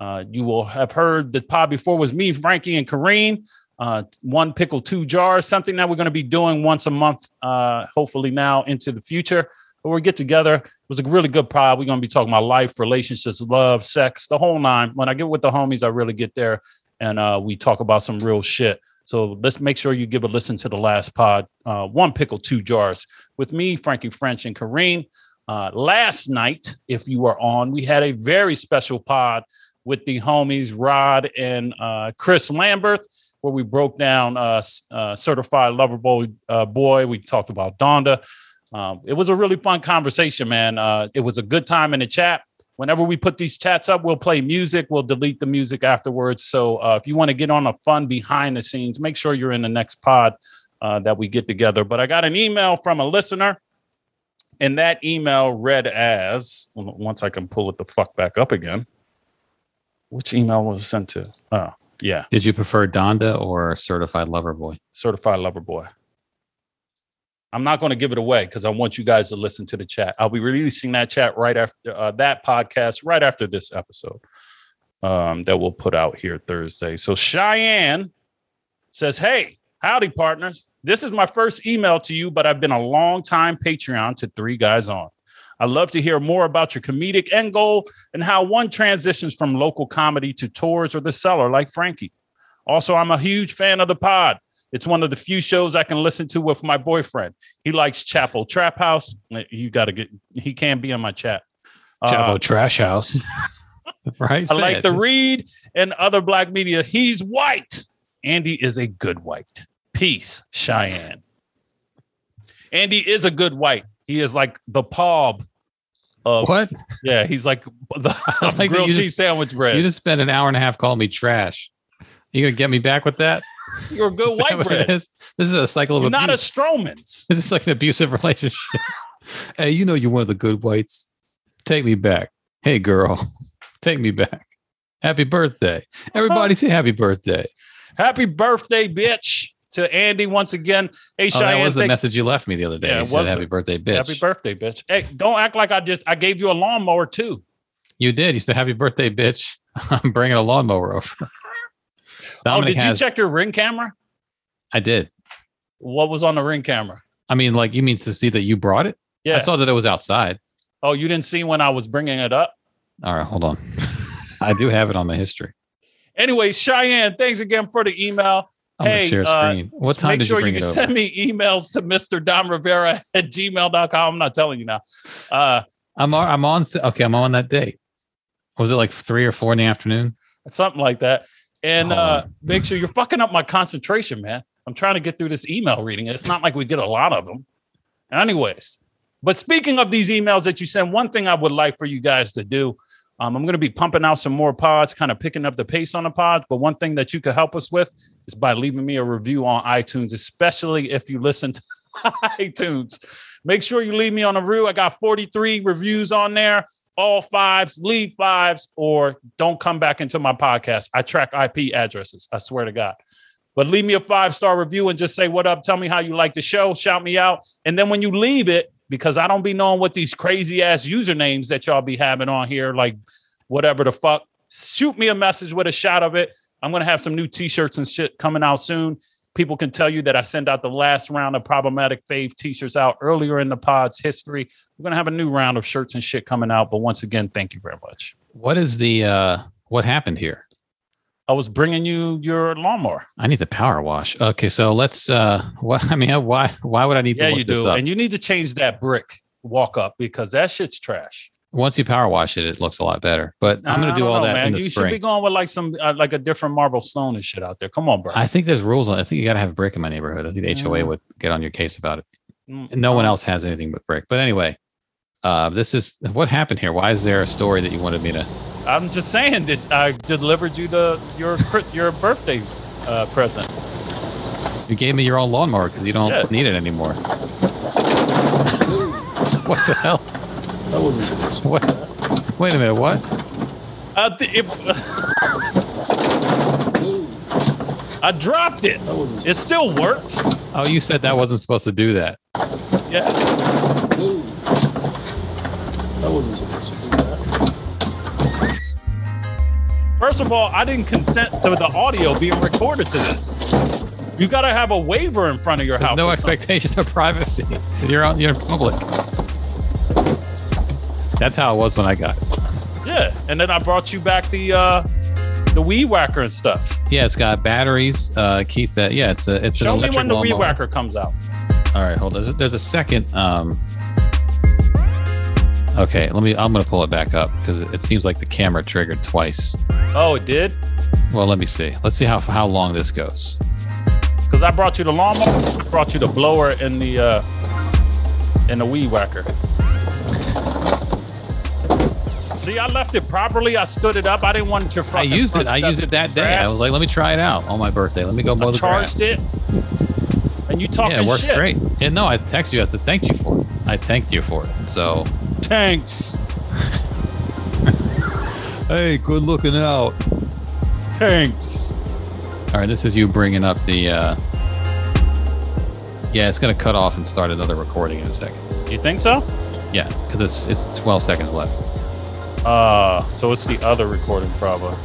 S2: uh, you will have heard the pod before was me, Frankie, and Kareem. uh, one pickle, two jars, something that we're going to be doing once a month, uh, hopefully now into the future. But we'll get together. It was a really good pod. We're going to be talking about life, relationships, love, sex, the whole nine. When I get with the homies, I really get there and uh, we talk about some real shit. So let's make sure you give a listen to the last pod, uh, One Pickle, Two Jars, with me, Frankie French, and Kareem. Uh, last night, if you were on, we had a very special pod with the homies Rod and uh, Chris Lambert, where we broke down uh, s- uh, Certified Lover Boy. Uh, boy. We talked about Donda. Um, it was a really fun conversation, man. Uh, it was a good time in the chat. Whenever we put these chats up, we'll play music. We'll delete the music afterwards. So uh, if you want to get on a fun behind the scenes, make sure you're in the next pod uh, that we get together. But I got an email from a listener, and that email read as well, once I can pull it the fuck back up again. Which email was it sent to? Oh, yeah,
S1: Did you prefer Donda or Certified Lover Boy?
S2: certified lover boy. I'm not going to give it away because I want you guys to listen to the chat. I'll be releasing that chat right after uh, that podcast, right after this episode um, that we'll put out here Thursday. So Cheyenne says, Hey, howdy, partners. This is my first email to you, but I've been a long time Patreon to Three Guys On. I'd love to hear more about your comedic end goal and how one transitions from local comedy to tours or the cellar like Frankie. Also, I'm a huge fan of the pod. It's one of the few shows I can listen to with my boyfriend. He likes Chapel Trap House. Eh, You got to get, he can't be in my chat. Uh,
S1: Chavo Trash House. right?
S2: I like
S1: said.
S2: the read and other black media. He's white. Andy is a good white. Peace, Cheyenne. Andy is a good white. He is like the pub of
S1: what?
S2: yeah. He's like the
S1: I like that
S2: grilled
S1: you
S2: cheese
S1: just-
S2: sandwich bread.
S1: You
S2: You
S1: just spent an hour and a half calling me trash. You gonna get me back with that?
S2: are a good
S1: Is that
S2: white
S1: what it
S2: bread.
S1: is? This is a cycle of
S2: You're not a
S1: abuse.
S2: Strowman's.
S1: this is like an abusive relationship. hey, you know you're one of the good whites. Take me back. Hey, girl, take me back. Happy birthday.
S2: Uh-huh.
S1: Everybody say happy birthday.
S2: Happy birthday, bitch, to Andy once again. Hey,
S1: Oh, that
S2: Cheyenne,
S1: was the
S2: thank-
S1: message you left me the other day.
S2: Yeah,
S1: you
S2: it
S1: said
S2: was
S1: happy
S2: the-
S1: birthday, bitch.
S2: happy birthday, bitch. Hey, don't act like I just I gave you a lawnmower too.
S1: you did. You said happy birthday, bitch. I'm bringing a lawnmower over. Dominic
S2: oh, did
S1: has-
S2: you check your ring camera?
S1: I did.
S2: What was on the ring camera?
S1: I mean, like you mean to see that you brought it?
S2: Yeah.
S1: I saw that it was outside.
S2: oh, you didn't see when I was bringing it up.
S1: All right, hold on. I do have it on my history.
S2: Anyway, Cheyenne, thanks again for the email.
S1: I'm
S2: Hey,
S1: gonna share a
S2: uh,
S1: screen. what
S2: Just
S1: time
S2: Make
S1: did
S2: sure
S1: you bring
S2: you
S1: it
S2: can
S1: over?
S2: send me emails to Mr. Don Rivera at gmail.com. I'm not telling you now. Uh,
S1: I'm on- I'm on. th- okay, I'm on that day. Was it like three or four in the afternoon?
S2: something like that. And
S1: Oh.
S2: uh, make sure you're fucking up my concentration, man. I'm trying to get through this email reading. It's not like we get a lot of them. Anyways, but speaking of these emails that you send, one thing I would like for you guys to do, um, I'm going to be pumping out some more pods, kind of picking up the pace on the pods. But one thing that you could help us with is by leaving me a review on iTunes, especially if you listen to iTunes. Make sure you leave me on a review. I got 43 reviews on there all fives, leave fives, or don't come back into my podcast. I track IP addresses. I swear to God. But leave me a five star review and just say what up. Tell me how you like the show. Shout me out. And then when you leave it, because I don't be knowing what these crazy ass usernames that y'all be having on here, like whatever the fuck, shoot me a message with a shot of it. I'm gonna have some new t-shirts and shit coming out soon. People can tell you that I send out the last round of problematic fave t-shirts out earlier in the pod's history we're gonna have a new round of shirts and shit coming out. But once again, thank you very much.
S1: What is the uh what happened here?
S2: I was bringing you your lawnmower.
S1: I need the power wash. Okay, so let's uh what I mean why why would I need
S2: Yeah,
S1: to look
S2: you
S1: this
S2: do,
S1: up?
S2: and you need to change that brick walk up because that shit's trash.
S1: Once you power wash it, it looks a lot better. But I'm
S2: I
S1: gonna do
S2: don't
S1: all
S2: know,
S1: that in the
S2: you should be
S1: spring.
S2: going with like some uh, like a different marble stone and shit out there. Come on, bro.
S1: I think there's rules on I think you gotta have brick in my neighborhood. I think the HOA
S2: Yeah.
S1: would get on your case about it.
S2: Mm.
S1: And no one else has anything but brick. But anyway, uh this is what happened here. Why is there a story that you wanted me to
S2: I'm just saying that I delivered you the your cri- your birthday uh, present.
S1: You gave me your own lawnmower because you don't
S2: Yeah.
S1: need it anymore. what the hell? What? Wait a minute. What?
S2: I, th- it, I dropped it. It still works.
S1: Oh, you said that wasn't supposed to do that.
S2: Yeah. First of all, I didn't consent to the audio being recorded to this. You got to have a waiver in front of your
S1: There's
S2: house.
S1: no
S2: or something.
S1: expectation of privacy. You're out, you're in public. That's how it was when I got it.
S2: Yeah, and then I brought you back the uh the weed whacker and stuff.
S1: Yeah, it's got batteries. Uh, Keith, uh, yeah, it's a it's
S2: Show
S1: an
S2: me
S1: electric
S2: when the weed
S1: lawnmower.
S2: whacker comes out.
S1: All right, hold on. There's a, there's a second. Um, okay, let me. I'm gonna pull it back up because it, it seems like the camera triggered twice.
S2: Oh, it did?
S1: Well, let me see. Let's see how how long this goes.
S2: Because I brought you the lawnmower, I brought you the blower and the uh and the weed whacker. See, I left it properly. I stood it up. I didn't want your
S1: I
S2: fucking
S1: used it.
S2: front
S1: I
S2: step
S1: used
S2: to
S1: it that
S2: be
S1: day. I
S2: trashed.
S1: was like, let me try it out on my birthday. Let me go mow
S2: I
S1: the
S2: charged
S1: grass.
S2: it. And you talking
S1: Yeah, it works
S2: shit.
S1: great. Yeah, no, I text you. I have to thank you for it. I thanked you for it. So
S2: Tanks.
S1: hey, good looking out.
S2: Tanks.
S1: All right, this is you bringing up the. Uh... Yeah, it's gonna cut off and start another recording in a second.
S2: You think so?
S1: Yeah, because it's it's 12 seconds left.
S2: Uh, so it's the other recording problem.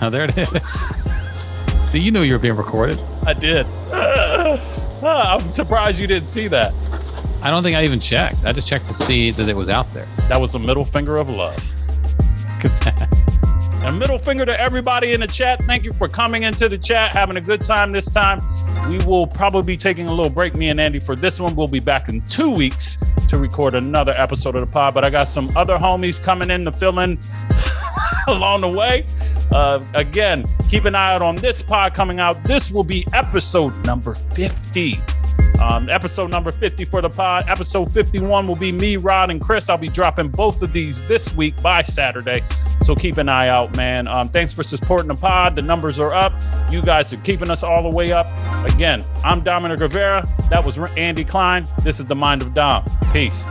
S1: Now there it is. Do you know you were being recorded?
S2: I did. I'm surprised you didn't see that.
S1: I don't think I even checked. I just checked to see that it was out there.
S2: That was the middle finger of love.
S1: Look at that.
S2: And middle finger to everybody in the chat. Thank you for coming into the chat, having a good time this time. We will probably be taking a little break, me and Andy, for this one. We'll be back in two weeks to record another episode of the pod. But I got some other homies coming in to fill in along the way. Uh, again, keep an eye out on this pod coming out. This will be episode number 50. Um, episode number 50 for the pod. Episode 51 will be me, Rod, and Chris. I'll be dropping both of these this week by Saturday. So keep an eye out, man. Um, thanks for supporting the pod. The numbers are up. You guys are keeping us all the way up. Again, I'm Dominic Rivera. That was Andy Klein. This is the Mind of Dom. Peace.